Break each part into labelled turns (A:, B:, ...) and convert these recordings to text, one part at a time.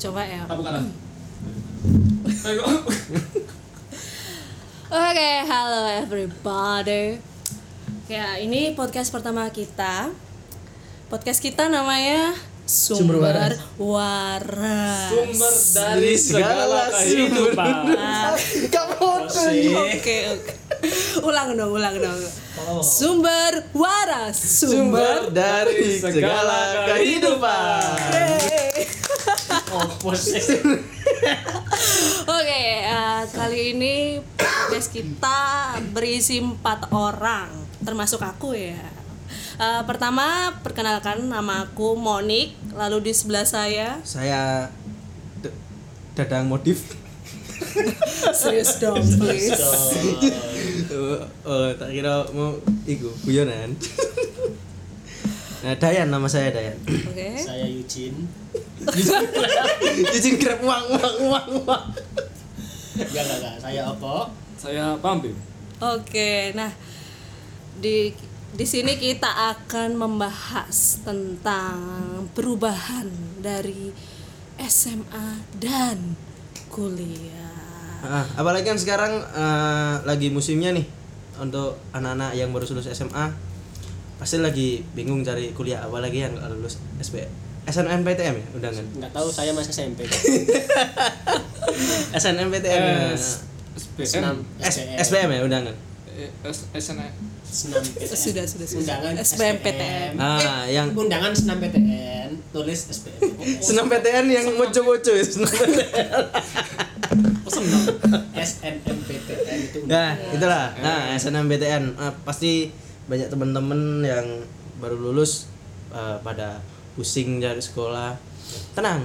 A: coba ya
B: Ah, bukan lah.
A: Oke, halo everybody. Ya, ini podcast pertama kita. Podcast kita namanya Sumber,
C: Sumber Waras.
A: Waras.
B: Sumber dari segala kehidupan.
A: Ah,
C: Kamu
A: Oke, oke. Ulang dong, ulang dong. Sumber Waras.
C: Oh.
A: Sumber.
C: sumber dari segala kehidupan.
A: Yeay. Oh,
B: Opo sih.
A: Oke, eh, kali ini podcast kita berisi empat orang, termasuk aku ya. Eh, pertama, perkenalkan nama aku Monik, lalu di sebelah saya
C: Saya D- dadang modif.
A: serius dong, please.
C: oh, oh, tak kira mau iku guyonan. Nah, Dayan nama saya Dayan.
A: Oke.
B: Saya Yucin.
C: Izin grab uang uang uang uang.
B: Ya enggak enggak, saya Opo.
D: Saya Pampi.
A: Oke, nah di di sini kita akan membahas tentang perubahan dari SMA dan kuliah.
C: Ah, apalagi kan sekarang eh, lagi musimnya nih untuk anak-anak yang baru lulus SMA pasti lagi bingung cari kuliah apalagi yang lulus SB SNMPTM ya undangan
B: Enggak tahu saya masih SMP.
C: SNMPTM ya.
D: S SPM.
B: Senam
C: S SBM ya undangan
D: Eh, S SNM.
B: Senam PTN.
A: Sudah, sudah, sudah.
B: Undangan
A: SBMPTN.
B: SBM.
C: ah yang
B: Eh, Undangan senam PTN tulis SBM.
C: senam PTN yang moco-moco ya senam PTN.
B: Oh, SNMPTN itu
C: nah itulah nah SNMPTN Ah, pasti banyak teman-teman yang baru lulus eh, pada pusing dari sekolah tenang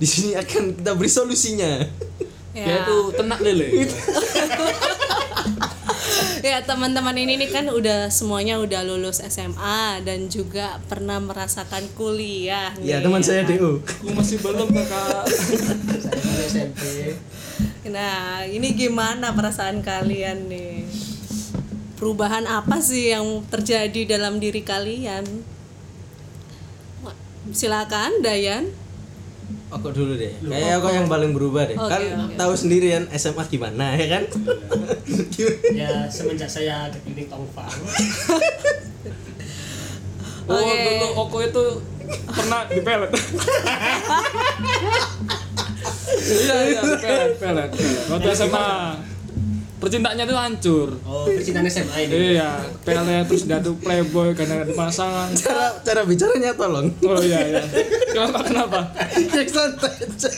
C: di sini akan kita beri solusinya
D: Ya itu tenak lele.
A: ya teman-teman ini nih kan udah semuanya udah lulus SMA dan juga pernah merasakan kuliah.
C: Ya
A: nih, ya
C: teman saya
A: kan?
C: DO.
D: Aku masih belum kakak.
B: saya dari SMP.
A: Nah, ini gimana perasaan kalian nih? Perubahan apa sih yang terjadi dalam diri kalian? Wah, Silakan Dayan.
C: Aku dulu deh. Kayaknya aku yang paling berubah deh.
A: Oke,
C: kan
A: oke.
C: tahu sendiri kan SMA gimana ya kan?
A: Iya.
B: Ya semenjak saya kepiting tongfang.
D: Oh
A: Oke.
D: dulu Oko itu pernah di pelet. Iya iya di pelet pelet. pelet. Waktu SMA percintaannya itu hancur.
B: Oh, percintaan SMA ini.
D: Iya, pelet terus dia tuh playboy karena pasangan.
C: cara cara bicaranya tolong.
D: Oh iya iya. Kenapa kenapa?
C: Yang santai. aja.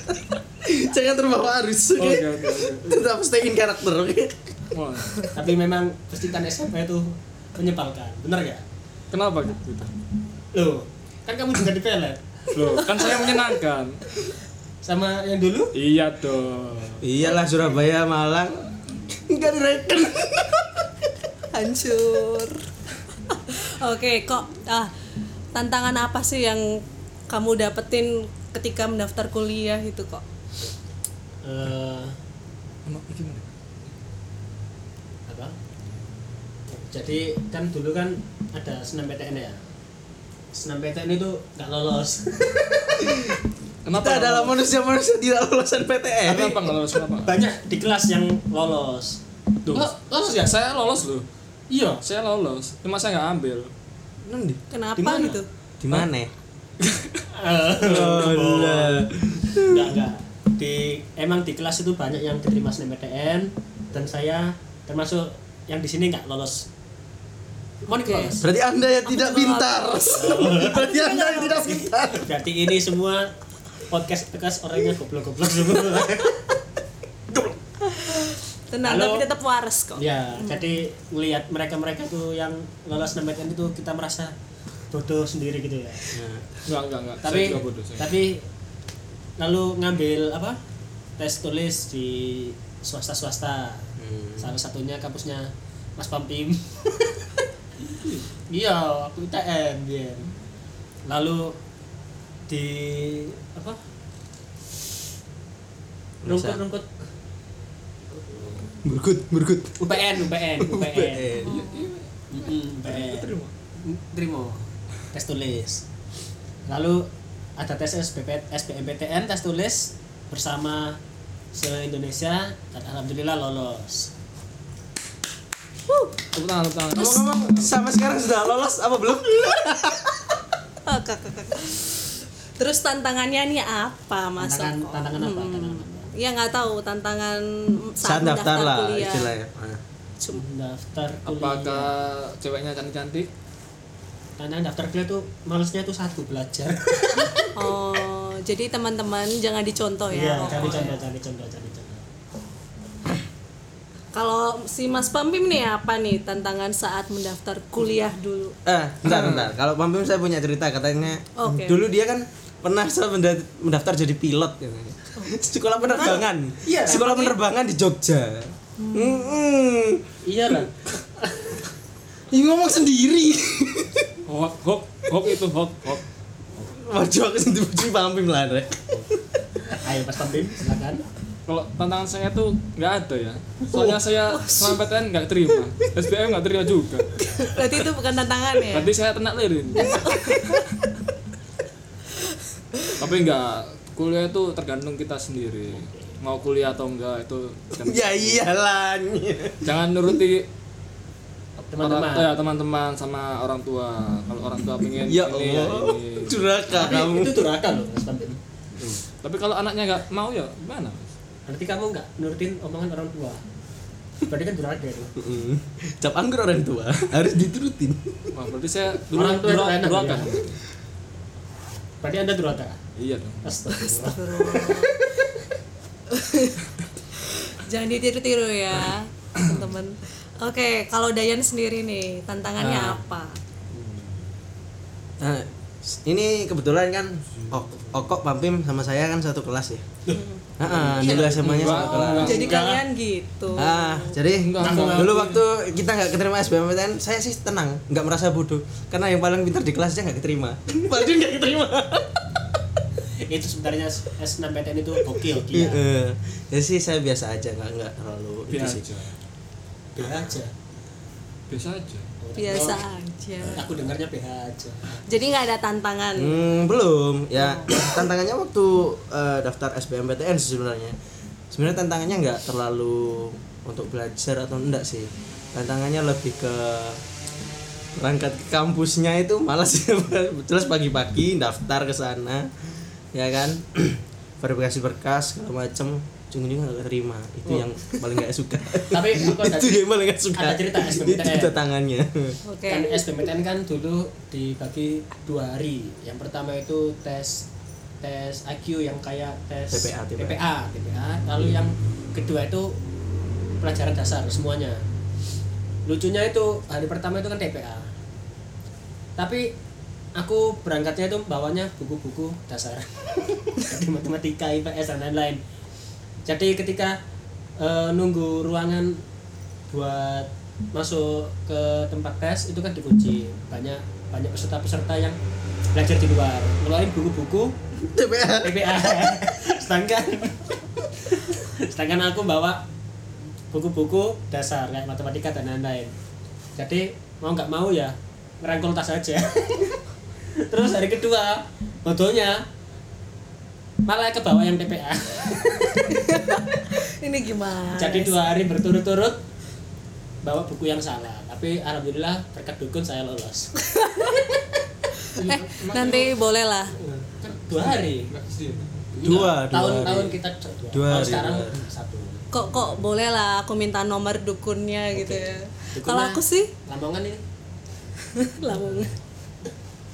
C: Jangan terbawa arus. Oke.
D: Oke oke oke.
C: Tetap stay in karakter. Oke.
D: Wah,
B: Tapi memang percintaan SMP itu menyebalkan. Bener ya?
D: Kenapa gitu?
B: Loh, kan kamu juga di pelet
D: Loh, kan saya menyenangkan.
B: sama yang dulu?
D: Iya dong.
C: Iyalah Surabaya Malang. Enggak direken.
A: Hancur. Oke, kok ah tantangan apa sih yang kamu dapetin ketika mendaftar kuliah itu kok?
B: Eh,
D: Gimana?
B: apa? Jadi kan dulu kan ada senam PTN ya. Senam PTN itu nggak lolos.
D: Kenapa?
C: Kita adalah manusia-manusia tidak lulusan PTN.
D: Kenapa Eh, nggak lolos? Kenapa?
B: Banyak di kelas yang lolos.
D: Loh, lolos ya? Saya lolos loh.
B: Iya.
D: Saya lolos. Cuma saya nggak ambil.
C: Nang di?
A: Kenapa
B: Di mana?
A: gitu?
C: Di mana?
B: Enggak, enggak. Di emang di kelas itu banyak yang diterima senam PTN dan saya termasuk yang di sini nggak lolos. Mau
A: Oke.
B: lolos.
C: Berarti Anda yang tidak
A: tidak
C: pintar. Berarti Anda yang tidak pintar.
B: Berarti ini semua podcast podcast orangnya goblok-goblok semua.
A: Tenang,
B: Halo.
A: tapi tetap waras kok.
B: ya, jadi melihat mereka-mereka tuh yang lolos NMPTN itu kita merasa bodoh sendiri gitu ya.
D: Nggak, nggak, nggak. Saya
B: Tapi
D: juga bodoh, saya.
B: tapi lalu ngambil apa? Tes tulis di swasta-swasta. Salah satunya kampusnya Mas Pampim. iya, aku ITM biar. Lalu di apa?
C: Masa?
B: Rumput-rumput
C: Murkut, murkut.
B: UPN, UPN, UPN.
C: Eh,
B: Mm, UPN. Terima. Tes tulis. Lalu ada tes SBP, SBMPTN tes tulis bersama se Indonesia dan alhamdulillah lolos
D: Tepuk tangan, tepuk tangan.
C: Ngomong-ngomong, sama sekarang sudah lolos apa belum?
A: Oh, kak, kak, kak. Terus tantangannya nih apa, Mas?
B: tantangan
A: Oko?
B: tantangan apa tantangan apa
A: Ya nggak tahu tantangan
C: Saat daftar lah
A: kuliah.
C: istilahnya. Ah.
A: Cuma-
B: daftar
D: Apakah
B: kuliah
D: ceweknya cantik-cantik?
B: tantangan daftar kuliah tuh malesnya tuh satu belajar
A: Oh, jadi teman-teman jangan dicontoh ya.
B: iya
A: Oko.
B: cari contoh cari contoh cari contoh
A: Kalau si Mas Pampim nih apa nih tantangan saat mendaftar kuliah dulu?
C: Eh, bentar, bentar. Kalau Pampim saya punya cerita katanya
A: Oke.
C: dulu dia kan pernah saya menda- mendaftar jadi pilot katanya. Sekolah penerbangan.
B: Iya,
C: Sekolah penerbangan di Jogja. Mm-mm.
B: iya lah
C: Ih, ngomong sendiri.
D: Hok, hok, hok itu hok, hok.
C: Waduh aku sendiri puji Pampim lah, Rek.
B: ayo pas pembim silakan
D: Kalau tantangan saya tuh nggak ada ya. Soalnya saya selama PTN nggak terima, SBM nggak terima juga.
A: Berarti itu bukan tantangan ya?
D: Berarti saya kena lirin. Tapi enggak, kuliah itu tergantung kita sendiri. Mau kuliah atau enggak itu tergantung.
C: Ya iyalah.
D: jangan nuruti
B: teman-teman
D: orang- ya, teman-teman sama orang tua. Kalau orang tua pengen
C: Ya
D: ini ya
C: Allah,
D: ini.
C: curaka
B: tapi
C: Nah, kamu.
B: itu durhaka loh mas pembim
D: Tapi kalau anaknya nggak mau ya gimana?
B: berarti kamu nggak nurutin omongan orang tua berarti kan durhaka itu
C: Mm. Cap anggur orang tua harus diturutin.
D: Wah, berarti saya
B: Orang tua itu
D: dura-
B: enak,
D: durhaka.
B: ya. berarti anda durhaka
D: kan? Iya dong.
B: Astagfirullah.
A: Jangan ditiru-tiru ya, teman-teman. Oke, kalau Dayan sendiri nih, tantangannya
B: Ah.
A: apa?
C: Nah, ini kebetulan kan Ok- Okok, Pampim sama saya kan satu kelas ya. Heeh, dulu SMA-nya satu kelas.
D: Iya. Enggak,
A: Jadi
D: enggak.
A: kalian gitu.
C: Ah, jadi
D: enggak.
C: dulu waktu kita nggak keterima SBMPTN, saya sih tenang, nggak merasa bodoh, karena yang paling pintar di kelasnya nggak keterima. Padahal nggak keterima.
B: itu sebenarnya S6PTN itu gokil
C: Iya.
B: dia
C: Jadi sih saya biasa aja, nggak nggak terlalu itu
D: Biasa
C: sih.
D: aja.
B: BH aja
D: Biasa aja.
A: Biasa aja.
B: aku dengarnya BH aja
A: Jadi nggak ada tantangan.
C: Hmm, belum. Ya, tantangannya waktu eh, daftar SBMPTN sih sebenarnya. Sebenarnya tantangannya nggak terlalu untuk belajar atau enggak sih. Tantangannya lebih ke berangkat ke kampusnya itu malas terus pagi-pagi daftar ke sana ya kan verifikasi berkas segala macem ujung-ujungnya nggak terima itu yang paling nggak suka
B: tapi aku ada
C: itu yang paling nggak suka
B: Oh. ada cerita
C: itu
B: SBMPTN.
C: tantangannya
A: Oke.
B: kan SBMPTN kan dulu dibagi dua hari yang pertama itu tes tes IQ yang kayak tes
C: TPA.
B: TPA, TPA. gitu ya. lalu yang kedua itu pelajaran dasar semuanya lucunya itu hari pertama itu kan TPA tapi aku berangkatnya itu bawanya buku-buku dasar Jadi matematika IPS dan lain-lain jadi ketika eh, nunggu ruangan buat masuk ke tempat tes itu kan dikunci banyak banyak peserta-peserta yang belajar di luar ngeluarin buku-buku
C: TPA
B: TPA sedangkan sedangkan aku bawa buku-buku dasar kayak matematika dan lain-lain jadi mau nggak mau ya ngerangkul tas aja terus hari kedua bodohnya malah ke bawah yang TPA
A: Ini gimana?
B: jadi dua hari berturut-turut bawa buku yang salah tapi alhamdulillah berkat dukun saya lolos
A: Eh, nanti boleh lah.
B: Kan dua hari
D: Enggak sih.
C: Dua, dua hari.
B: tahun-tahun kita dua,
C: Dua
B: Tahun
C: hari,
B: sekarang
C: dua hari.
B: satu
A: Kok kok boleh lah aku minta nomor dukunnya gitu ya.
B: Dukunnya-
A: Kalau aku sih
B: lamongan ini
A: lamun.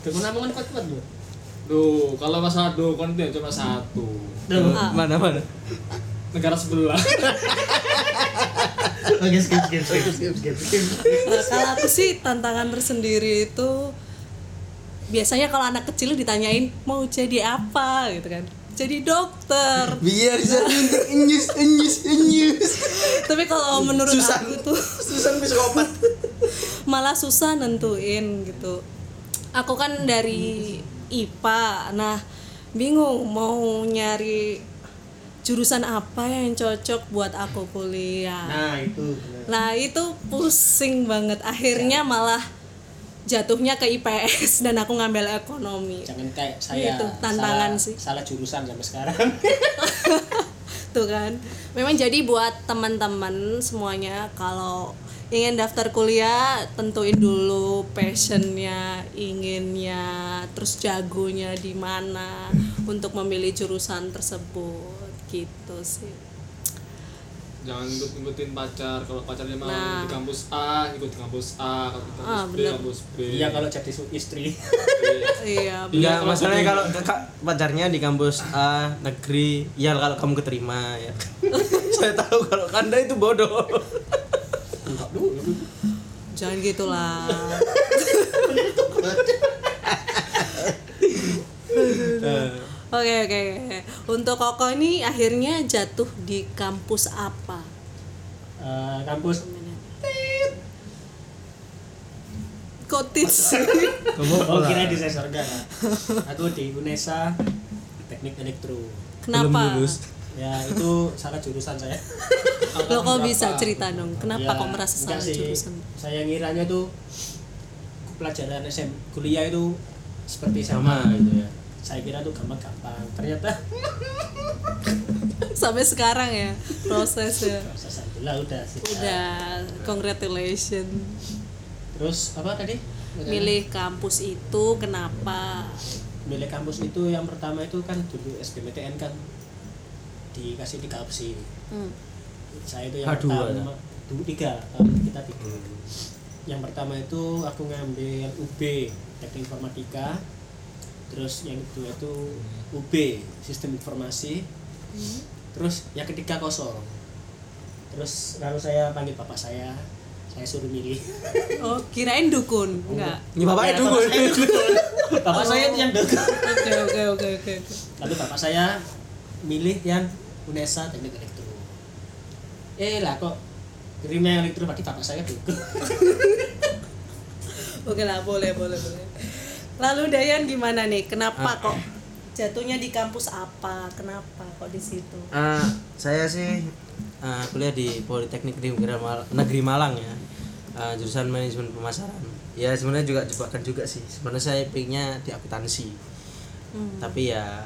B: dukun lamongan kuat-kuat loh
D: Duh, kalau masalah dokon itu ya cuma satu.
B: Duh.
C: mana mana
D: Negara sebelah.
B: Oke, skip, skip, skip, skip, skip, skip.
A: Nah, kalau aku sih tantangan tersendiri itu biasanya kalau anak kecil ditanyain mau jadi apa gitu kan. Jadi dokter.
C: biar jadi untuk enyus enyus enyus
A: Tapi kalau menurut
C: Susan.
A: aku tuh
C: Susan psikopat
A: malah susah nentuin gitu. Aku kan dari IPA. Nah, bingung mau nyari jurusan apa yang cocok buat aku kuliah.
B: Nah, itu.
A: Nah itu pusing banget akhirnya malah jatuhnya ke IPS dan aku ngambil ekonomi
B: jangan kayak saya
A: Iya, Itu tantangan
B: salah,
A: sih.
B: salah jurusan sampai sekarang
A: tuh kan memang jadi buat teman-teman semuanya kalau ingin daftar kuliah tentuin dulu passionnya inginnya terus jagonya di mana untuk memilih jurusan tersebut gitu sih
D: jangan ikut ngikutin pacar kalau pacarnya mau
A: Nah.
D: di kampus A ikut di kampus A kalau di kampus
A: Ah,
D: B
A: bener.
D: kampus B
B: iya kalau jadi su- istri
D: Iya.
A: iya
D: Iya,
C: Enggak,
D: kalau
C: masalahnya
D: kamu-
C: kalau kakak pacarnya di kampus A negeri, ya kalau kamu keterima ya. Saya tahu kalau Anda itu bodoh.
B: enggak dulu
A: jangan gitulah oke oke oke. untuk koko ini akhirnya jatuh di kampus apa
B: Eh, kampus
A: Kotits
C: Kamu
B: oh kira di sensor enggak aku di Unesa teknik elektro
A: kenapa
C: lulus.
B: ya itu salah jurusan saya
A: lo kok bisa cerita dong kenapa
B: Ya,
A: kok merasa
B: enggak
A: salah
B: sih.
A: jurusan
B: saya ngiranya tuh pelajaran SM kuliah itu seperti
C: Sama
B: sama
C: gitu ya.
B: saya kira tuh gampang-gampang ternyata
A: sampai sekarang ya prosesnya
B: proses lah udah sih
A: udah congratulations
B: terus apa tadi
A: milih kampus itu kenapa
B: milih kampus itu yang pertama itu kan dulu SBMTN kan dikasih tiga opsi
A: Hmm.
B: saya itu yang
C: H2
B: pertama dulu tiga tahun kita tiga yang pertama itu aku ngambil UB teknik informatika terus yang kedua itu UB sistem informasi terus yang ketiga kosong terus lalu saya panggil bapak saya saya suruh milih
A: oh kirain dukun enggak
C: Ini bapaknya
B: Ya, bapak
C: dukun.
B: saya dukun. bapak saya itu yang dukun
A: oke oke oke oke oke.
B: lalu bapak saya milih yang Unesa teknik elektro eh lah kok terima yang elektro berarti bapak saya dukun
A: oke lah boleh boleh boleh lalu Dayan gimana nih kenapa
B: Ah.
A: kok jatuhnya di kampus apa kenapa kok di situ
C: Eh, saya sih eh, kuliah di Politeknik Negeri Mal- Negeri Malang ya. Eh, jurusan manajemen pemasaran. Ya sebenarnya juga jebakan juga sih. Sebenarnya saya pinginnya di akuntansi. Tapi ya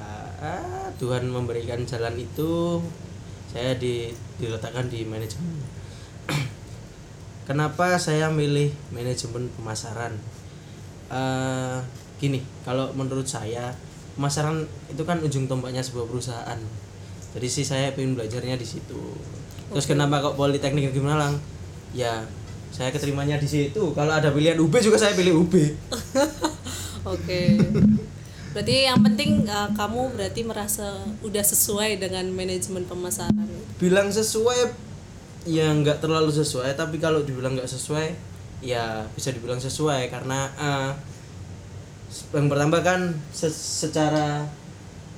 C: ah, Tuhan memberikan jalan itu saya di, diletakkan di manajemen. Kenapa saya milih manajemen pemasaran? Eh, gini, kalau menurut saya pemasaran itu kan ujung tombaknya sebuah perusahaan. Jadi sih saya ingin belajarnya di situ. Terus kenapa kok Politeknik Negeri Malang? Ya saya keterimanya di situ. Kalau ada pilihan UB juga saya pilih UB.
A: Oke. Berarti yang penting uh, kamu berarti merasa udah sesuai dengan manajemen pemasaran.
C: Bilang sesuai ya nggak terlalu sesuai, tapi kalau dibilang nggak sesuai ya bisa dibilang sesuai karena eh, yang pertama kan se- secara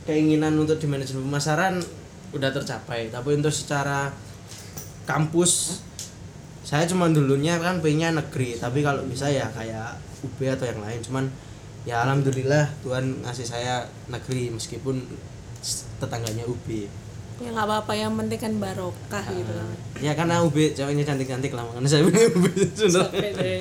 C: keinginan untuk di manajemen pemasaran udah tercapai tapi untuk secara kampus saya cuman dulunya kan pengennya negeri tapi kalau bisa ya kayak UB atau yang lain cuman ya alhamdulillah Tuhan ngasih saya negeri meskipun s- tetangganya UB
A: Ya nggak apa-apa yang penting kan barokah gitu.
C: Nah, ya karena UB ceweknya cantik-cantik lah makanya saya pilih UB sebenarnya.
A: Capek deh.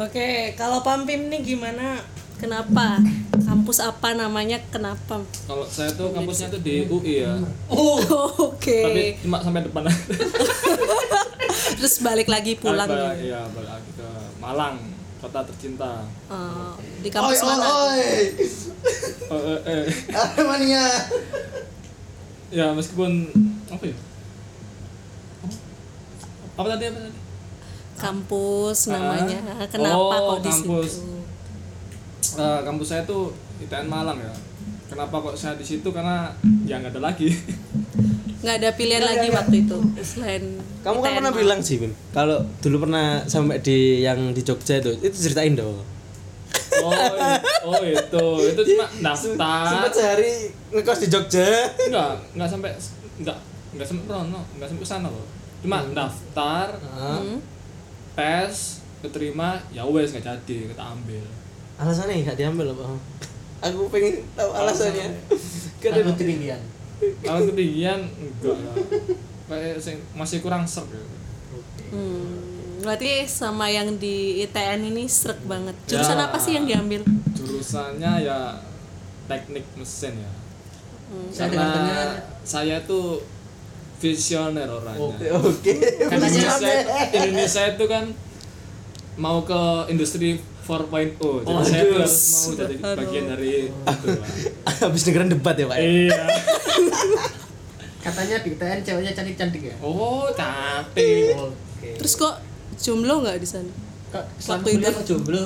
A: Oke, kalau Pampim nih gimana? Kenapa? Kampus apa namanya? Kenapa?
D: kalau saya tuh kampusnya tuh di UI ya tapi
A: Oke.
D: cuma sampai depan
A: Terus balik lagi pulang.
D: balik, iya balik lagi ke Malang kota tercinta
A: Eh, di kampus mana?
D: oh, eh, eh.
C: oi mania
D: ya meskipun apa ya apa tadi apa tadi
A: Kampus
D: Ah.
A: namanya. Kenapa
D: Oh,
A: kok di
D: kampus.
A: situ?
D: Eh, kampus saya tuh ITN Malang ya kenapa kok saya di situ karena ya nggak ada lagi
A: Nggak ada pilihan lagi waktu itu selain
C: Kamu kan
A: ITN
C: pernah
A: Malang.
C: bilang sih, Mim, kalau dulu pernah sampai di yang di Jogja itu, itu ceritain dong.
D: oh, i- oh itu itu cuma
C: Sempat
D: daftar
C: sehari ngekos di Jogja.
D: enggak enggak sampai enggak enggak sampai Rono enggak sampai sana loh cuma daftar
A: Hmm.
D: tes keterima ya wes nggak jadi kita ambil
C: Alasannya nggak diambil apa? Aku pengen tahu alasannya.
B: Aku ketinggian
D: kalau ketinggian enggak lah kayak sing- masih kurang serg ya.
A: Hmm. berarti sama yang di ITN ini serak banget. Jurusan
D: Ya.
A: apa sih yang diambil?
D: jurusannya ya teknik mesin ya
C: Hmm.
B: Saya
D: karena
B: dengar-dengar.
D: saya tuh visioner
C: Oke,
D: orangnya
C: oke.
D: Karena Indonesia,
C: Visioner.
D: Indonesia itu kan mau ke industri 4.0 jadi saya tuh
B: Waduh.
D: harus mau jadi bagian dari itu lah.
C: Habis dengeran debat ya, Pak. ya?
D: iya
B: Katanya di TN ceweknya cantik-cantik ya.
D: oh cantik
B: Oke.
A: Terus kok jomblo nggak di sana?
B: Kok selama
A: Waktu
B: kuliah
A: itu-
B: kok jomblo?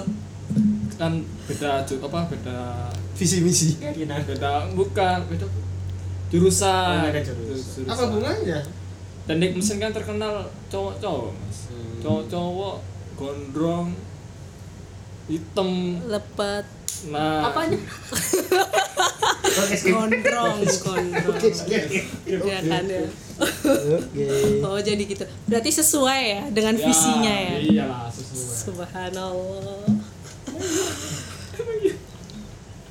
D: kan beda ju- apa beda
C: Visi misi.
B: Kayaknya.
D: beda bukan beda
A: Ah,
D: jurusan,
B: Oh, beda jurusan.
D: Jurusan.
B: Apa hubungannya?
D: teknik mesin kan terkenal cowok-cowok mas
B: Hmm.
D: cowok-cowok gondrong hitam
A: Lepet,
D: nah
B: Apanya? Oke, skip.
A: gondrong, gondrong.
B: Iya.
A: Ya kan ya.
C: Oke.
A: Oh jadi gitu. Berarti sesuai ya dengan
D: ya,
A: visinya ya.
D: iyalah sesuai
A: Subhanallah.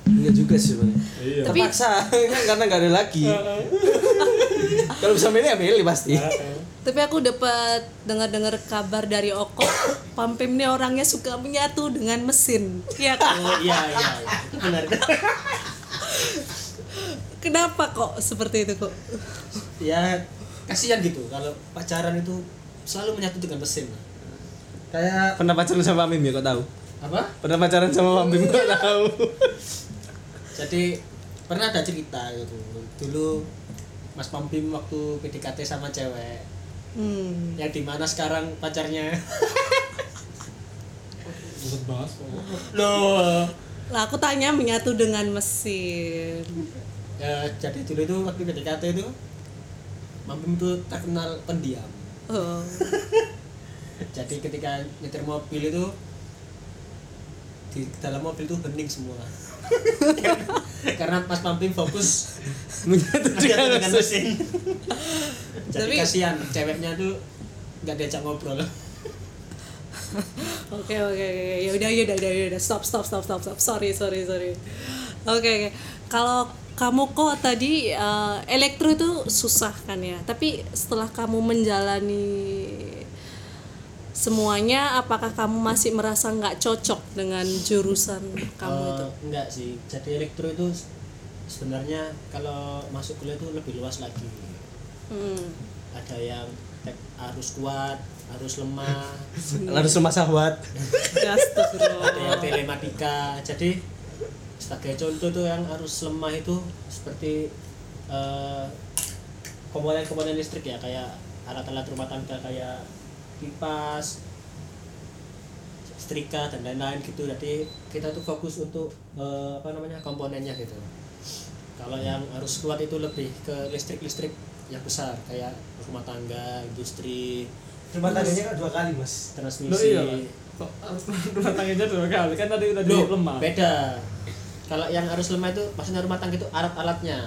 C: Enggak juga sih, Pak.
D: iya
A: Tapi-
C: Terpaksa kan karena enggak ada lagi.
B: Ah.
C: Kalau bisa milih ya milih pasti.
A: Tapi aku dapat dengar-dengar kabar dari Oko, Pampim nih orangnya suka menyatu dengan mesin. Iya kan?
D: Ya.
B: Oh iya iya. iya. Itu benar.
A: Kenapa kok seperti itu kok?
B: ya kasihan gitu kalau pacaran itu selalu menyatu dengan mesin kayak
C: Pernah pacaran sama Pak Mim ya, kok tahu?
B: apa
C: Pernah pacaran sama Pak Mim kok tahu?
B: jadi pernah ada cerita gitu dulu Mas Pampim waktu PDKT sama cewek
A: Hmm.
B: yang dimana sekarang pacarnya loh
A: Lah aku tanya menyatu dengan mesin.
B: ya, jadi dulu itu waktu PDKT itu Pampim itu terkenal pendiam
A: Oh.
B: jadi ketika nyetir mobil itu di dalam mobil itu hening semua karena Mas Pampim fokus
C: Menyatu
B: dengan dengan mesin jadi
A: Tapi-
B: kasihan ceweknya tuh nggak diajak ngobrol
A: Oke oke oke ya udah ya udah ya udah stop stop stop stop stop sorry sorry sorry. Oke oke. kalau kamu kok tadi eh, elektro itu susah kan ya tapi setelah kamu menjalani semuanya apakah kamu masih merasa nggak cocok dengan jurusan kamu
B: Eh,
A: itu?
B: enggak sih jadi elektro itu se- sebenarnya kalau masuk kuliah itu lebih luas lagi
A: Hmm.
B: ada yang tek- arus kuat arus lemah
C: Harus rumah sahabat.
B: ada yang
A: Ya, Astagfirullah.
B: telematika jadi sebagai contoh tuh yang arus lemah itu seperti eh, komponen-komponen listrik ya kayak alat-alat rumah tangga kayak kipas setrika dan lain-lain gitu jadi kita tuh fokus untuk eh, apa namanya komponennya gitu kalau yang arus kuat itu lebih ke listrik-listrik yang besar kayak rumah tangga industri
C: Rumah tangganya kan dua kali, Mas.
D: Loh,
B: transmisi
D: iya Mas. kok harus rumah tangganya dua kali kan tadi tadi
B: Loh,
D: lemah
B: beda kalau yang harus lemah itu maksudnya rumah tangga itu alat-alatnya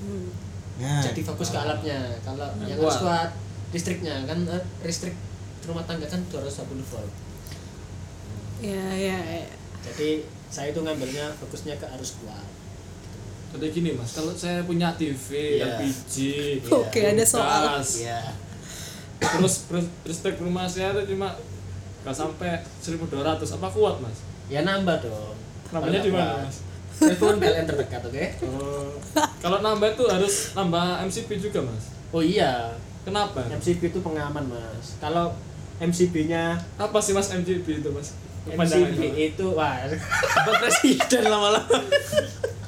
A: Hmm.
C: Nah,
B: jadi fokus ke alatnya kalau yang
D: Nah. Wah.
B: harus kuat listriknya kan eh, listrik rumah tangga kan 250 volt
A: Ya ya. ya.
B: jadi saya itu ngambilnya fokusnya ke arus kuat
D: jadi gini mas kalau saya punya TV
B: Iya.
D: LPG
A: Oke, ada soal.
D: kulkas,
B: iya
D: terus pres- listrik rumah saya tuh cuma nggak sampai 1200 apa kuat mas
B: ya nambah dong
D: Nambahnya
B: Kalau
D: di
B: nggak
D: mana,
B: kuat.
D: Mas?
B: telepon PLN terdekat oke
D: Oh, kalau nambah itu harus nambah MCP juga mas
B: oh iya
D: kenapa
B: MCB itu pengaman mas kalau MCB nya
D: apa sih mas MCP itu mas Kepanjangannya,
B: MCB
D: Mas.
B: itu wah
C: Bapak presiden lama-lama.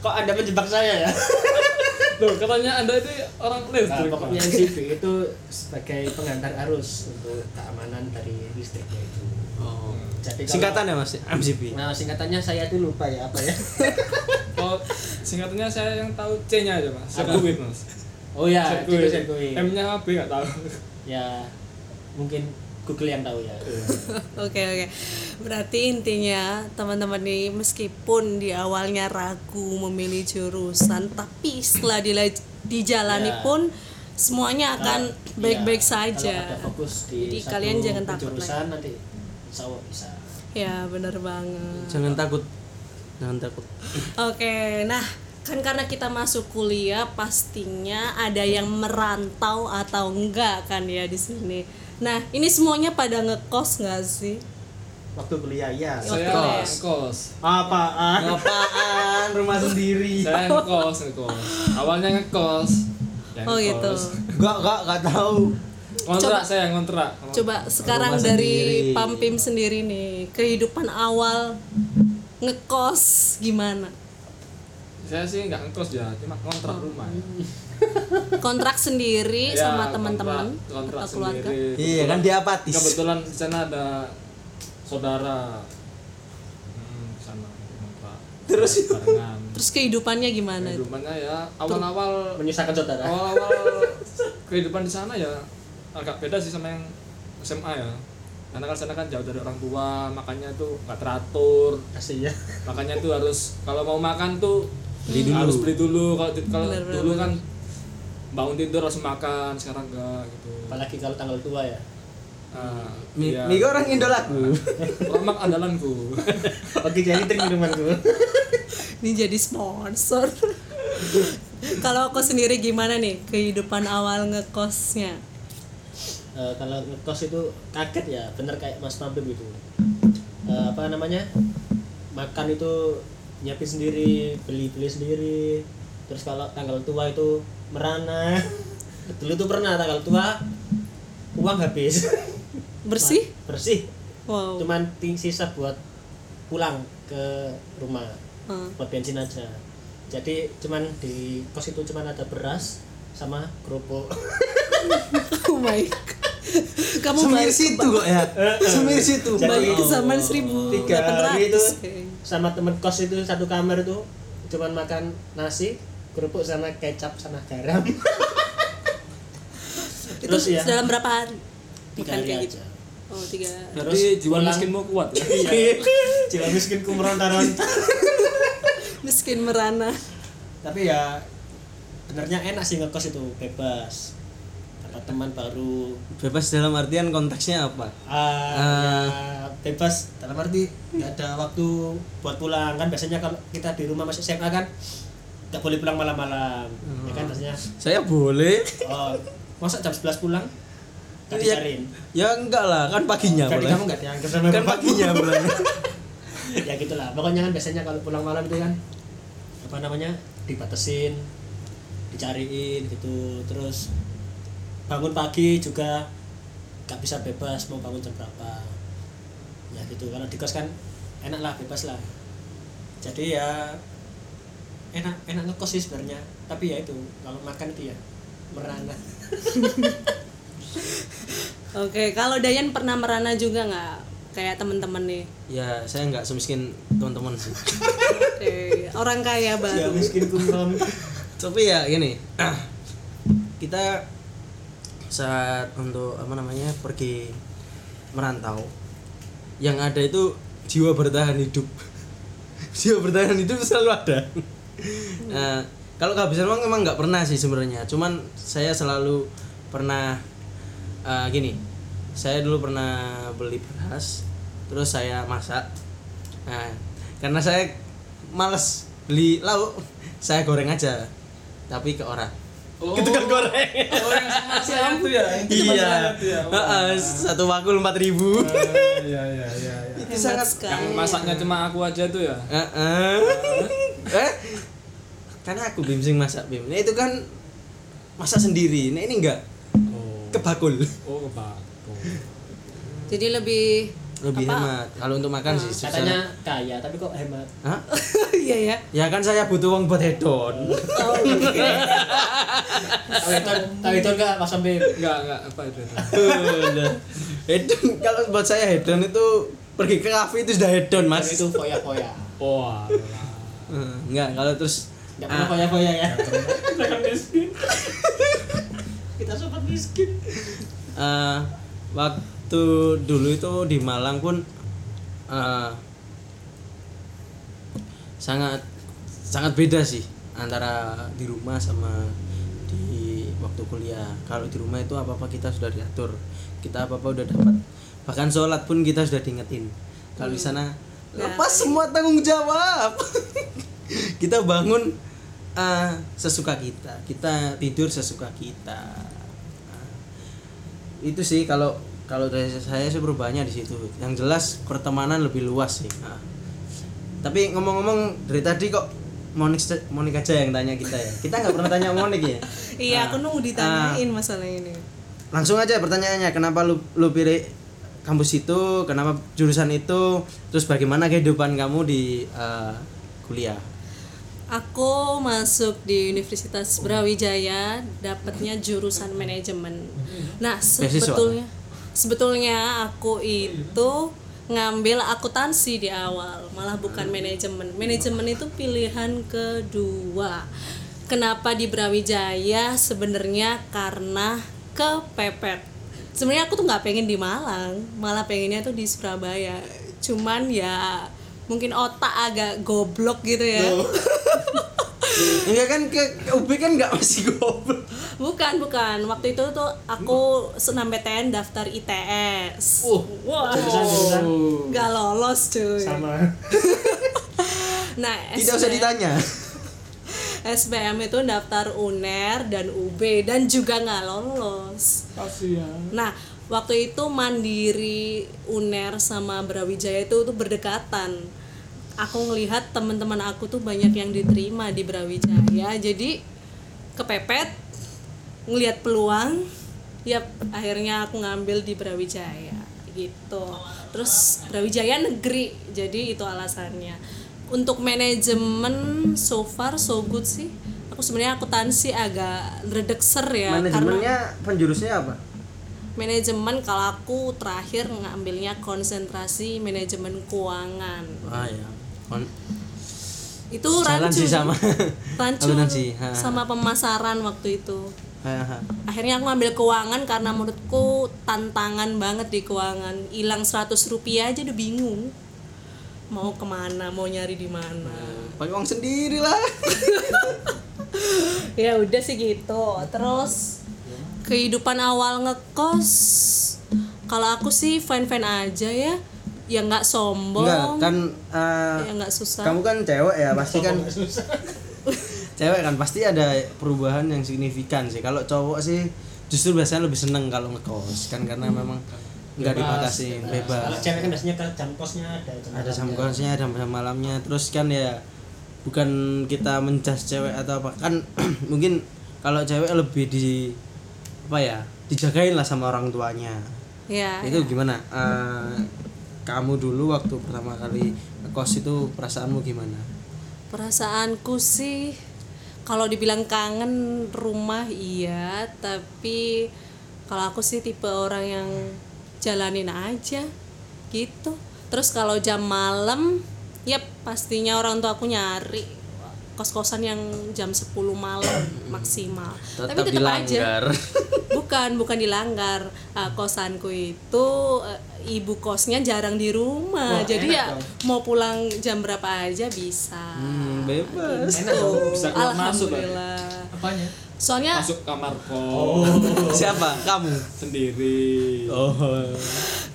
B: kok anda menjebak saya ya
D: Loh, katanya anda ini orang
B: Nah,
D: listrik
B: pokoknya
D: Mas.
B: MCB itu sebagai pengantar arus untuk keamanan dari listriknya itu.
C: Oh.
B: Jadi kalau-
C: Singkatan ya, Mas? MCP.
B: Nah, singkatannya saya tuh lupa ya apa ya.
D: Oh, singkatnya saya yang tahu C-nya aja mas.
B: Apa?
D: Sekuit mas.
B: Oh ya, itu
D: Sekuit.
B: Sekui.
D: M-nya B nggak tahu.
B: Ya mungkin Google yang tahu ya.
A: Oke oke. Berarti intinya teman-teman nih meskipun di awalnya ragu memilih jurusan, tapi setelah dila- dijalani
B: Ya.
A: pun semuanya akan
B: Kalau-
A: baik-baik
B: iya,
A: saja.
B: Kalau ada fokus di
A: Jadi
B: satu
A: kalian jangan takut
B: jurusan nanti insya Allah bisa.
A: Ya, bener banget.
C: Jangan takut. Jangan takut.
A: Oke, nah kan karena kita masuk kuliah pastinya ada yang merantau atau enggak kan ya di sini. Nah, ini semuanya pada ngekos nggak sih?
C: Waktu kuliah ya.
B: Nah,
A: Oke.
D: Saya kos, kos.
C: Apaan? Apaan? Rumah sendiri.
D: Saya ngekos, ngekos. Awalnya ngekos. Ya,
A: Oh gitu.
D: ngekos.
C: Gak gak gak tahu.
D: Kontrak saya kontrak.
A: Coba sekarang
C: Rumah
A: dari
C: sendiri.
A: Pampim sendiri nih, kehidupan awal ngekos gimana?
D: Saya sih nggak ngekos ya, cuma kontrak rumah.
A: Kontrak sendiri
D: Ya,
A: sama
D: kontrak-
A: teman-teman
D: kontrak
A: atau keluarga?
D: sendiri.
C: Iya kan dia apatis.
D: Kebetulan di sana ada saudara. Hmm, di sana kontrak. Terus barengan.
A: Terus kehidupannya gimana?
D: Kehidupannya ya awal-awal
B: Menyusahkan saudara.
D: awal-awal kehidupan di sana ya agak beda sih sama yang SMA ya karena kan sana kan jauh dari orang tua makanya tuh nggak teratur
B: Kasih ya.
D: makanya tuh harus kalau mau makan tuh
C: Beli dulu.
D: harus beli dulu kalau di- kalau
A: Benar, benar,
D: dulu kan bangun tidur harus makan sekarang enggak gitu
B: Apalagi kalau tanggal tua ya.
D: Ah,
C: Mi,
D: iya.
C: mi goreng indolaku.
D: lemak andalanku
B: Oke, jadi drink minumanku.
A: Ini jadi sponsor. Kalau aku sendiri gimana nih kehidupan awal ngekosnya?
B: Eh, kalau ngekos itu kaget ya bener kayak mas Pampim gitu Eh, apa namanya makan itu nyiapin sendiri beli beli sendiri terus kalau tanggal tua itu merana dulu tuh pernah tanggal tua uang habis
A: Bersih? Oh.
B: bersih
A: Wow.
B: cuman ting- sisa buat pulang ke rumah
A: Hmm.
B: buat bensin aja jadi cuman di kos itu cuman ada beras sama kerupuk
A: Oh my god. Kamu
C: Semir
A: balik,
C: situ kok ya. Semir situ.
A: balik ke
B: Oh.
A: zaman 1800
B: tiga hari itu
A: gitu.
B: sama temen kos itu satu kamar itu cuman makan nasi kerupuk sama kecap sama garam
A: Itu
B: Terus ya.
A: dalam berapa hari?
B: tiga
A: Makan
B: hari
A: kayak gitu.
B: aja
A: Oh, tiga.
D: jadi jiwa miskinmu kuat ya
B: iya jiwa miskin meronta-ronta
A: Miskin merana.
B: tapi ya benernya enak sih ngekos itu bebas dapat teman baru
C: Bebas dalam artian konteksnya apa?
B: ah, ya, bebas dalam arti nggak ada waktu buat pulang kan biasanya kalau kita di rumah masih SMA kan nggak boleh pulang malam-malam ya kan biasanya
C: Saya boleh.
B: oh, masa jam 11 pulang nggak
C: Iya.
B: disarin
C: Ya enggak lah, kan paginya
B: Jadi
C: boleh.
B: kamu nggak dianggap sama
C: Kan
B: bapak.
C: paginya boleh.
B: ya gitulah. Pokoknya kan biasanya kalau pulang malam itu kan apa namanya dibatesin, dicariin gitu. Terus bangun pagi juga nggak bisa bebas mau bangun jam berapa. Ya gitu. Kalau di kos kan enak lah, bebas lah. Jadi ya enak enak ngekos sih sebenarnya. Tapi ya itu kalau makan itu ya merana.
A: Oke, kalau Dayan pernah merana juga nggak? Kayak temen-temen nih.
C: Ya, saya enggak semiskin teman-teman sih.
A: Oke, orang kaya
B: ya
A: baru.
B: miskin kumron.
C: tapi ya gini kita saat untuk apa namanya pergi merantau yang ada itu jiwa bertahan hidup jiwa bertahan hidup selalu ada Nah, kalau kehabisan uang memang nggak pernah sih sebenarnya cuman saya selalu pernah eh, gini saya dulu pernah beli beras terus saya masak nah karena saya males beli lauk saya goreng aja tapi ke orang
D: oh,
C: gitu kan goreng
D: oh, yang sama saya itu ya yang teman
C: iya
D: saya itu ya. Oh,
C: Heeh, satu bakul empat ribu
D: ah,
C: Eh,
D: iya iya iya iya.
C: itu
A: Hebat
C: sangat
A: sekali.
D: yang masaknya cuma aku aja tuh ya
C: Heeh. eh karena aku bim sing masak bim nah, itu kan masak sendiri nah ini enggak
D: oh
C: ke bakul
D: oh kebak
A: Jadi lebih
C: lebih
A: Apa?
C: hemat kalau untuk makan sih susah.
B: Katanya kaya tapi kok hemat.
C: Hah?
A: Iya ya.
C: ya kan saya butuh uang buat hedon
B: Tahu itu tahu itu enggak Mas Sambil?
D: enggak enggak apa itu
C: hedon kalau buat saya hedon itu pergi ke kafe itu sudah hedon
B: Mas
C: mas
B: itu foya-foya.
D: wah
C: Eh, enggak kalau terus
B: Enggak pernah
C: Ah.
B: foya-foya ya. Kita kan miskin. Kita sobat miskin.
C: eh waktu dulu itu di Malang pun eh, sangat sangat beda sih antara di rumah sama di waktu kuliah. Kalau di rumah itu apa apa kita sudah diatur, kita apa apa udah dapat. Bahkan sholat pun kita sudah diingetin. Kalau di sana lepas semua tanggung jawab. kita bangun eh, sesuka kita, kita tidur sesuka kita itu sih kalau kalau dari saya sih perubahannya di situ yang jelas pertemanan lebih luas sih Nah. tapi ngomong-ngomong dari tadi kok Monik se- Monik aja yang tanya kita ya kita nggak pernah tanya Monik ya
A: Iya, aku nunggu
C: Ah.
A: ditanyain masalah ini.
C: langsung aja pertanyaannya kenapa lu lu pilih kampus itu kenapa jurusan itu terus bagaimana kehidupan kamu di eh, kuliah
A: Aku masuk di Universitas Brawijaya, dapatnya jurusan manajemen. Nah,
C: Beasiswa.
A: sebetulnya sebetulnya aku itu ngambil akuntansi di awal, malah bukan manajemen. Manajemen itu pilihan kedua. Kenapa di Brawijaya? Sebenarnya karena kepepet. Sebenarnya aku tuh nggak pengen di Malang, malah pengennya tuh di Surabaya. Cuman ya mungkin otak agak goblok gitu ya.
C: enggak kan ke, ke UB kan nggak masih goblok
A: Bukan, bukan. Waktu itu tuh aku senam PTN daftar ITS.
B: Uh,
A: wow.
C: kan?
B: jurusan-jurusan.
A: Nggak lolos cuy. Nah,
C: tidak usah
A: SBM
C: ditanya
A: SBM itu daftar UNER dan UB dan juga nggak lolos.
D: Kasihan.
A: Nah, waktu itu Mandiri, UNER sama Brawijaya itu tuh berdekatan. Aku ngelihat teman-teman aku tuh banyak yang diterima di Brawijaya. Jadi kepepet ngelihat peluang, ya akhirnya aku ngambil di Brawijaya gitu. Terus Brawijaya negeri. Jadi itu alasannya. Untuk manajemen so far so good sih. Aku sebenarnya akuntansi agak redekser ya karena
C: manajemennya penjurusnya apa
A: manajemen kalau aku terakhir ngambilnya konsentrasi manajemen keuangan
C: ah ya Kon-
A: itu
C: Jalan
A: rancu
C: sih sama.
A: rancu
C: Akuntansi, ha.
A: sama pemasaran waktu itu
C: Haha.
A: akhirnya aku ngambil keuangan karena menurutku tantangan banget di keuangan hilang 100 rupiah aja udah bingung mau kemana mau nyari di mana
C: pakai uang sendiri lah Hmm.
A: ya udah sih gitu terus kehidupan awal ngekos kalau aku sih fan fan aja ya ya nggak sombong
C: enggak kan eh,
A: ya nggak susah
C: kamu kan cewek ya pasti kan cewek kan pasti ada perubahan yang signifikan sih kalau cowok sih justru biasanya lebih seneng kalau ngekos kan karena memang nggak dibatasi
B: Kalau
C: bebas
B: cewek kan biasanya ke jam kosnya ada jam
C: ada
B: malamnya.
C: jam kosnya ada jam malamnya terus kan ya bukan kita menjas cewek atau apa kan mungkin kalau cewek lebih di apa ya dijagain lah sama orang tuanya
A: ya
C: itu gimana Eh, kamu dulu waktu pertama kali kos itu perasaanmu gimana
A: perasaanku sih kalau dibilang kangen rumah iya tapi kalau aku sih tipe orang yang jalanin aja gitu terus kalau jam malam yep pastinya orang tua aku nyari kos-kosan yang jam 10 malam maksimal tapi tetap aja bukan bukan dilanggar Eh, kosanku itu eh, ibu kosnya jarang di rumah jadi ya mau pulang jam berapa aja bisa
C: Hmm, bebas
D: Enak dong, bisa keluar masuk lah.
A: alhamdulillah
B: Apanya?
A: soalnya
D: Masuk kamar kos
C: siapa kamu
D: sendiri.
C: oh